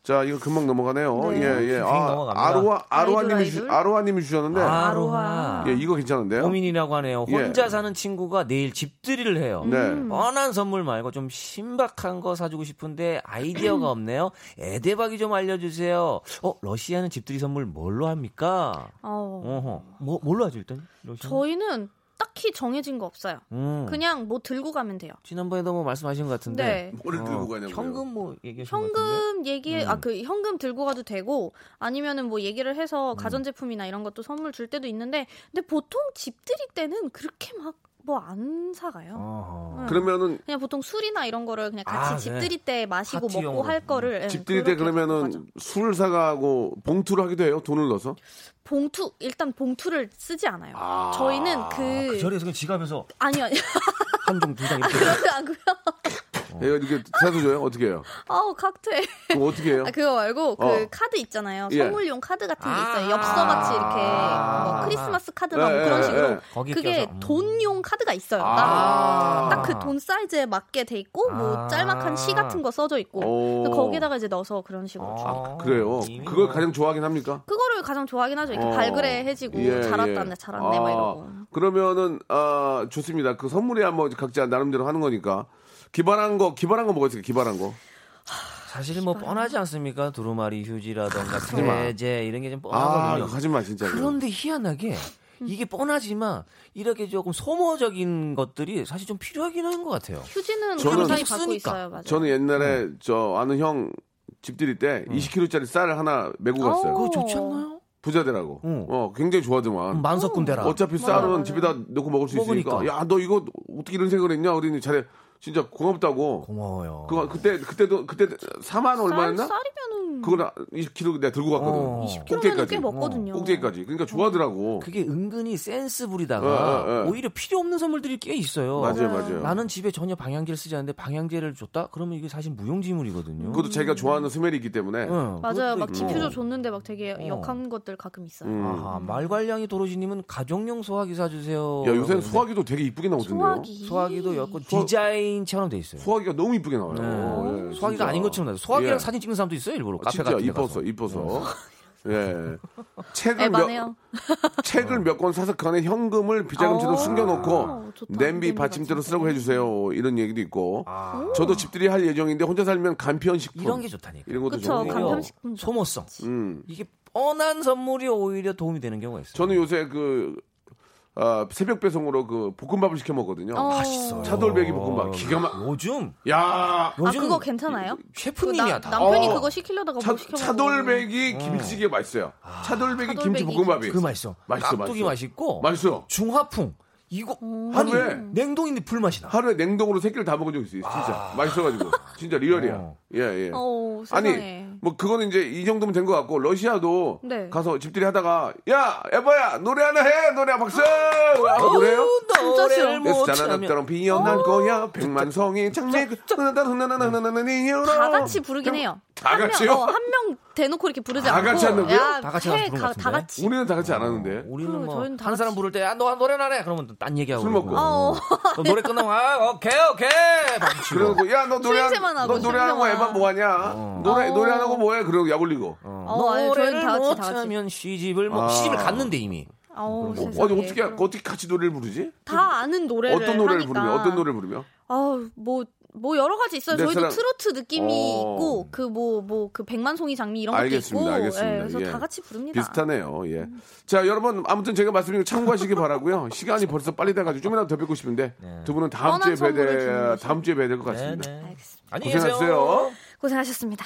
Speaker 3: 자, 이거 금방 넘어가네요.
Speaker 4: 네.
Speaker 3: 예, 예.
Speaker 2: 굉장히
Speaker 3: 아,
Speaker 2: 넘어갑니다.
Speaker 3: 아로아, 아로아님이,
Speaker 4: 아이돌,
Speaker 3: 주,
Speaker 4: 아이돌.
Speaker 3: 아로아님이 주셨는데.
Speaker 2: 아로하.
Speaker 3: 예, 이거 괜찮은데요?
Speaker 2: 고민이라고 하네요.
Speaker 3: 예.
Speaker 2: 혼자 사는 친구가 내일 집들이를 해요.
Speaker 3: 네.
Speaker 4: 음.
Speaker 2: 뻔한 선물 말고 좀 신박한 거 사주고 싶은데
Speaker 4: 음.
Speaker 2: 아이디어가 없네요. 애대박이 좀 알려주세요. 어 러시아는 집들이 선물 뭘로 합니까?
Speaker 4: 어.
Speaker 2: 어허. 뭐 뭘로 하죠 일단? 러시아.
Speaker 4: 저희는 딱히 정해진 거 없어요.
Speaker 2: 음.
Speaker 4: 그냥 뭐 들고 가면 돼요.
Speaker 2: 지난번에도 뭐 말씀하신 것 같은데.
Speaker 4: 네.
Speaker 3: 뭐를 들고 가냐고.
Speaker 2: 현금 뭐 얘기하신 것 같은데.
Speaker 4: 현금 얘기 아 그 현금 들고 가도 되고 아니면은 뭐 얘기를 해서 가전제품이나 이런 것도 선물 줄 때도 있는데 근데 보통 집들이 때는 그렇게 막 뭐 안 사가요.
Speaker 2: 어허.
Speaker 4: 응.
Speaker 3: 그러면은
Speaker 4: 그냥 보통 술이나 이런 거를 그냥 같이
Speaker 2: 아, 네.
Speaker 4: 집들이 때 마시고
Speaker 2: 파티용으로.
Speaker 4: 먹고 할 거를 예,
Speaker 3: 집들이 때
Speaker 4: 그렇게 가져가죠.
Speaker 3: 그러면은 술 사가고 봉투를 하기도 해요. 돈을 넣어서.
Speaker 4: 봉투 일단 봉투를 쓰지 않아요. 저희는 그,
Speaker 2: 그 자리에서 그냥 지갑에서
Speaker 4: 아니요 아니요
Speaker 2: 한 종 두 장 이렇게.
Speaker 4: 그러지 않고요. 어.
Speaker 3: 예, 이렇게 사서 줘요. 어떻게 해요?
Speaker 4: 아우 칵테일.
Speaker 3: 그럼 어떻게 해요?
Speaker 4: 아, 그거 말고 그
Speaker 3: 어.
Speaker 4: 카드 있잖아요.
Speaker 3: 예.
Speaker 4: 선물용 카드 같은 게 있어요.
Speaker 2: 아.
Speaker 4: 엽서같이 이렇게 뭐 크리스마스 카드 막
Speaker 3: 예,
Speaker 4: 뭐 그런
Speaker 3: 예,
Speaker 4: 식으로
Speaker 3: 예.
Speaker 2: 거기에
Speaker 4: 그게
Speaker 2: 껴서, 음.
Speaker 4: 돈용 카드가 있어요.
Speaker 3: 아.
Speaker 4: 딱 그 돈 사이즈에 맞게 돼 있고
Speaker 2: 아.
Speaker 4: 뭐 짤막한 시 같은 거 써져 있고
Speaker 3: 오.
Speaker 4: 그래서 거기다가 이제 넣어서 그런 식으로 줘.
Speaker 2: 아,
Speaker 3: 그래요.
Speaker 2: 이미
Speaker 3: 그걸
Speaker 2: 뭐
Speaker 3: 가장 좋아하긴 합니까?
Speaker 4: 그거를 가장 좋아하긴 하죠. 이렇게
Speaker 3: 어.
Speaker 4: 발그레해지고
Speaker 3: 예,
Speaker 4: 잘한다,
Speaker 3: 예.
Speaker 4: 네 잘한네 막 이러고.
Speaker 3: 그러면은 아 좋습니다. 그 선물이 한번 각자 나름대로 하는 거니까 기발한 거 기발한 거 뭐가 있을까? 기발한 거.
Speaker 2: 사실 뭐 뻔하지 않습니까? 두루마리 휴지라던가
Speaker 3: 마.
Speaker 2: 세제 이런 게 좀
Speaker 3: 아
Speaker 2: 뻔하거든요.
Speaker 3: 하지 마 진짜.
Speaker 2: 그런데 희한하게
Speaker 4: 음.
Speaker 2: 이게 뻔하지만 이렇게 조금 소모적인 것들이 사실 좀 필요하긴 한 것 같아요.
Speaker 4: 휴지는
Speaker 3: 저는-
Speaker 4: 굉장히 받고
Speaker 2: 쓰니까.
Speaker 4: 있어요, 맞아요.
Speaker 3: 저는 옛날에 저 아는 형 집들이 때 20kg짜리 쌀을 하나 메고 갔어요.
Speaker 4: 어.
Speaker 2: 그거 좋지 않나요?
Speaker 3: 부자들하고.
Speaker 2: 응.
Speaker 3: 어, 굉장히 좋아하더만.
Speaker 2: 만석 군대라.
Speaker 3: 어차피 쌀은 집에다 놓고 먹을 수 있으니까.
Speaker 2: 음, 먹으니까.
Speaker 3: 야, 너 이거 어떻게 이런 생각을 했냐? 우리는 잘해. 진짜 고맙다고.
Speaker 2: 고마워요.
Speaker 3: 그거 그때 그때도 그때 4만 얼마였나?
Speaker 4: 쌀이면은
Speaker 3: 그걸 20kg 내가 들고 갔거든.
Speaker 2: 어.
Speaker 4: 20kg면 꽤 먹거든요.
Speaker 3: 꼭대기까지. 그러니까 좋아하더라고.
Speaker 2: 그게 은근히 센스 부리다가
Speaker 3: 예, 예, 예.
Speaker 2: 오히려 필요 없는 선물들이 꽤 있어요.
Speaker 3: 맞아요, 맞아요.
Speaker 2: 나는 집에 전혀 방향제를 쓰지 않는데 방향제를 줬다? 그러면 이게 사실 무용지물이거든요.
Speaker 3: 그것도 자기가 좋아하는 스멜이 있기 때문에.
Speaker 2: 응,
Speaker 4: 맞아요.
Speaker 2: 그것도
Speaker 4: 막
Speaker 2: 있고.
Speaker 4: 디퓨저 줬는데 막 되게
Speaker 2: 어.
Speaker 4: 역한 것들 가끔 있어요.
Speaker 3: 음.
Speaker 2: 아하, 말괄량이 도로지님은 가정용 소화기 사주세요.
Speaker 3: 야, 요새는 소화기도 되게 이쁘게 나오던데요.
Speaker 4: 소화기.
Speaker 2: 소화기도 약간
Speaker 3: 소화-
Speaker 2: 디자인처럼 돼 있어요.
Speaker 3: 소화기가 너무 이쁘게 나와요. 어, 예,
Speaker 2: 소화기가
Speaker 3: 진짜.
Speaker 2: 네. 아닌 것처럼 나요. 소화기랑
Speaker 3: 예.
Speaker 2: 사진 찍는 사람도 있어요, 일부러. 카페
Speaker 3: 진짜
Speaker 2: 같은 데
Speaker 3: 이뻐서
Speaker 2: 가서. 네.
Speaker 3: 이뻐서. 예. 책을 몇
Speaker 4: 에바네요.
Speaker 3: 책을 몇 권 사서 그 안에 현금을 비자금처럼
Speaker 4: 아,
Speaker 3: 숨겨놓고
Speaker 4: 좋다.
Speaker 3: 냄비
Speaker 4: 냄비
Speaker 3: 받침대로
Speaker 4: 받침대.
Speaker 3: 쓰라고 해주세요. 이런 얘기도 있고.
Speaker 2: 아,
Speaker 3: 저도 집들이 할 예정인데 혼자 살면 간편식품
Speaker 2: 이런 게 좋다니까.
Speaker 3: 이런 것도
Speaker 4: 그쵸,
Speaker 3: 좋고.
Speaker 2: 오히려
Speaker 4: 간편식품 좋-
Speaker 2: 소모성.
Speaker 3: 음.
Speaker 2: 이게 뻔한 선물이 오히려 도움이 되는 경우가 있어요.
Speaker 3: 저는 요새 그 아, 새벽 배송으로 그 볶음밥을 시켜 먹거든요.
Speaker 4: 어.
Speaker 3: 차돌배기 볶음밥 기가 막.
Speaker 2: 아, 요즘
Speaker 3: 야
Speaker 4: 아
Speaker 2: 요즘
Speaker 4: 그거 괜찮아요? 그
Speaker 2: 셰프님이야
Speaker 4: 나-
Speaker 2: 다.
Speaker 4: 남편이
Speaker 3: 어.
Speaker 4: 그거 시키려다가
Speaker 3: 차,
Speaker 4: 못 시켜
Speaker 3: 차돌배기 김치찌개 맛있어요. 차돌배기 김치
Speaker 4: 차돌배기
Speaker 3: 볶음밥이.
Speaker 2: 그 맛있어.
Speaker 3: 맛있어, 맛있어.
Speaker 2: 깍두기 맛있고
Speaker 3: 맛있어요.
Speaker 2: 중화풍 이거
Speaker 4: 음.
Speaker 2: 아니
Speaker 3: 하루에
Speaker 2: 냉동인데 불맛이
Speaker 4: 아,
Speaker 2: 나.
Speaker 3: 하루에 냉동으로 세 끼를 다 먹은 적이 있어요. 진짜 맛있어가지고 진짜 리얼이야.
Speaker 2: 어.
Speaker 3: 예 예.
Speaker 4: 오,
Speaker 3: 아니
Speaker 4: 세상에.
Speaker 3: 뭐 그거는 이제 이 정도면 된 것 같고 러시아도
Speaker 4: 네.
Speaker 3: 가서 집들이 하다가 야 에바야 노래 하나 해 노래 박수 아, 노래요?
Speaker 2: 노래를 못
Speaker 3: 짜나나처럼
Speaker 2: 참으면
Speaker 3: 피어날 거야 백만성이 장미 흔하다 흔하다 흔하다
Speaker 4: 다
Speaker 3: 다
Speaker 4: 같이 부르긴 해요.
Speaker 3: 다 같이요?
Speaker 4: 한명 대놓고 이렇게 부르지
Speaker 3: 다
Speaker 4: 않고
Speaker 3: 같이 한다고요?
Speaker 4: 야,
Speaker 2: 다 같이
Speaker 4: 해,
Speaker 2: 하는 것
Speaker 4: 가-
Speaker 2: 같은데?
Speaker 4: 다 같이.
Speaker 3: 우리는 다 같이 안 하는데
Speaker 4: 어,
Speaker 2: 우리는
Speaker 4: 저희는 다
Speaker 2: 뭐한 사람
Speaker 4: 같이.
Speaker 2: 부를 때야너 노래 나래 그러면 딴 얘기하고
Speaker 3: 술
Speaker 2: 그러고.
Speaker 3: 먹고.
Speaker 4: 어,
Speaker 2: 그럼 노래 끝나면 아 오케이 오케이 박수 치고.
Speaker 3: 그러고 야너 노래
Speaker 4: 수행세만 하고,
Speaker 3: 너 노래하는 거
Speaker 4: 수행세만.
Speaker 3: 에바 뭐하냐 노래
Speaker 4: 어.
Speaker 3: 노래 안 하고 뭐해 그러고 약 올리고
Speaker 4: 어, 아니, 저희는 다 같이
Speaker 2: 못
Speaker 4: 다 같이.
Speaker 2: 참으면 시집을 못
Speaker 3: 아.
Speaker 2: 시집을 갔는데 이미
Speaker 4: 아우, 세상에.
Speaker 3: 아니 뭐, 어떻게 어떻게 같이 노래를 부르지?
Speaker 4: 다 아는 노래를
Speaker 3: 어떤 노래를
Speaker 4: 하니까.
Speaker 3: 부르며 어떤 노래를 부르며
Speaker 4: 아우, 뭐, 뭐 여러 가지 있어요.
Speaker 3: 내
Speaker 4: 저희도
Speaker 3: 사랑-
Speaker 4: 트로트 느낌이
Speaker 3: 어.
Speaker 4: 있고 그 뭐 뭐 그 백만송이 장미 이런
Speaker 3: 알겠습니다,
Speaker 4: 것도 있고.
Speaker 3: 알겠습니다.
Speaker 4: 예, 그래서
Speaker 3: 예.
Speaker 4: 다 같이 부릅니다.
Speaker 3: 비슷하네요. 예. 자, 여러분 아무튼 제가 말씀드린 거 참고하시기 바라고요. 시간이 벌써 빨리 돼가지고 좀이라도 더 뵙고 싶은데
Speaker 4: 네.
Speaker 3: 두 분은 다음 주에
Speaker 4: 뻔한 선물을 주는
Speaker 3: 뵈야
Speaker 4: 거죠.
Speaker 3: 다음 주에 뵈야 될 것
Speaker 2: 네,
Speaker 3: 같습니다.
Speaker 2: 네.
Speaker 4: 알겠습니다.
Speaker 2: 안녕히
Speaker 3: 고생하세요.
Speaker 4: 고생하셨습니다.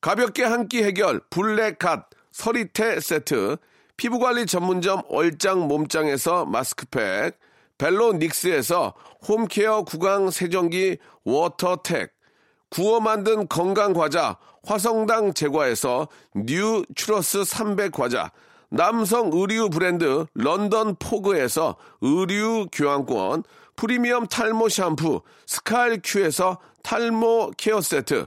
Speaker 3: 가볍게 한 끼 해결 블랙갓 서리태 세트, 피부관리 전문점 얼짱 몸짱에서 마스크팩, 벨로닉스에서 홈케어 구강 세정기 워터텍, 구워 만든 건강 과자 화성당 제과에서 뉴 추러스 300 과자 남성 의류 브랜드 런던 포그에서 의류 교환권 프리미엄 탈모 샴푸 스칼 큐에서 탈모 케어 세트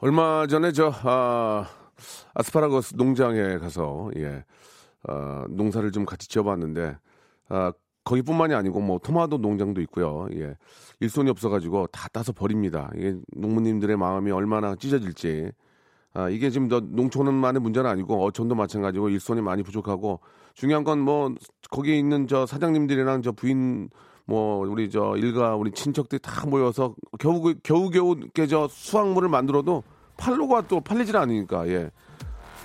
Speaker 3: 얼마 전에 저, 아, 어, 아스파라거스 농장에 가서, 예, 아, 농사를 좀 같이 지어봤는데, 아, 거기뿐만이 아니고 뭐 토마토 농장도 있고요. 예. 일손이 없어가지고 다 따서 버립니다. 이게 농부님들의 마음이 얼마나 찢어질지. 아, 이게 지금 더 농촌만의 문제는 아니고 어촌도 마찬가지고 일손이 많이 부족하고 중요한 건 뭐 거기 있는 저 사장님들이랑 저 부인 뭐 우리 저 일가 우리 친척들이 다 모여서 겨우 겨우 겨우 저 수확물을 만들어도 팔로가 또 팔리질 않으니까 예.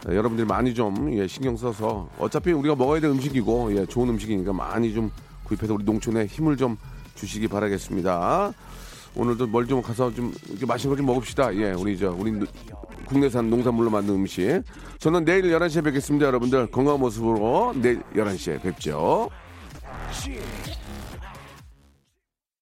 Speaker 3: 예, 여러분들이 많이 좀 예, 신경 써서 어차피 우리가 먹어야 될 음식이고 예, 좋은 음식이니까 많이 좀 구입해서 우리 농촌에 힘을 좀 주시기 바라겠습니다. 오늘도 멀리 좀 가서 좀 이렇게 맛있는 걸 좀 먹읍시다. 예, 우리 저 우리 노- 국내산 농산물로 만든 음식. 저는 내일 11시에 뵙겠습니다, 여러분들. 건강한 모습으로 내일 11시에 뵙죠.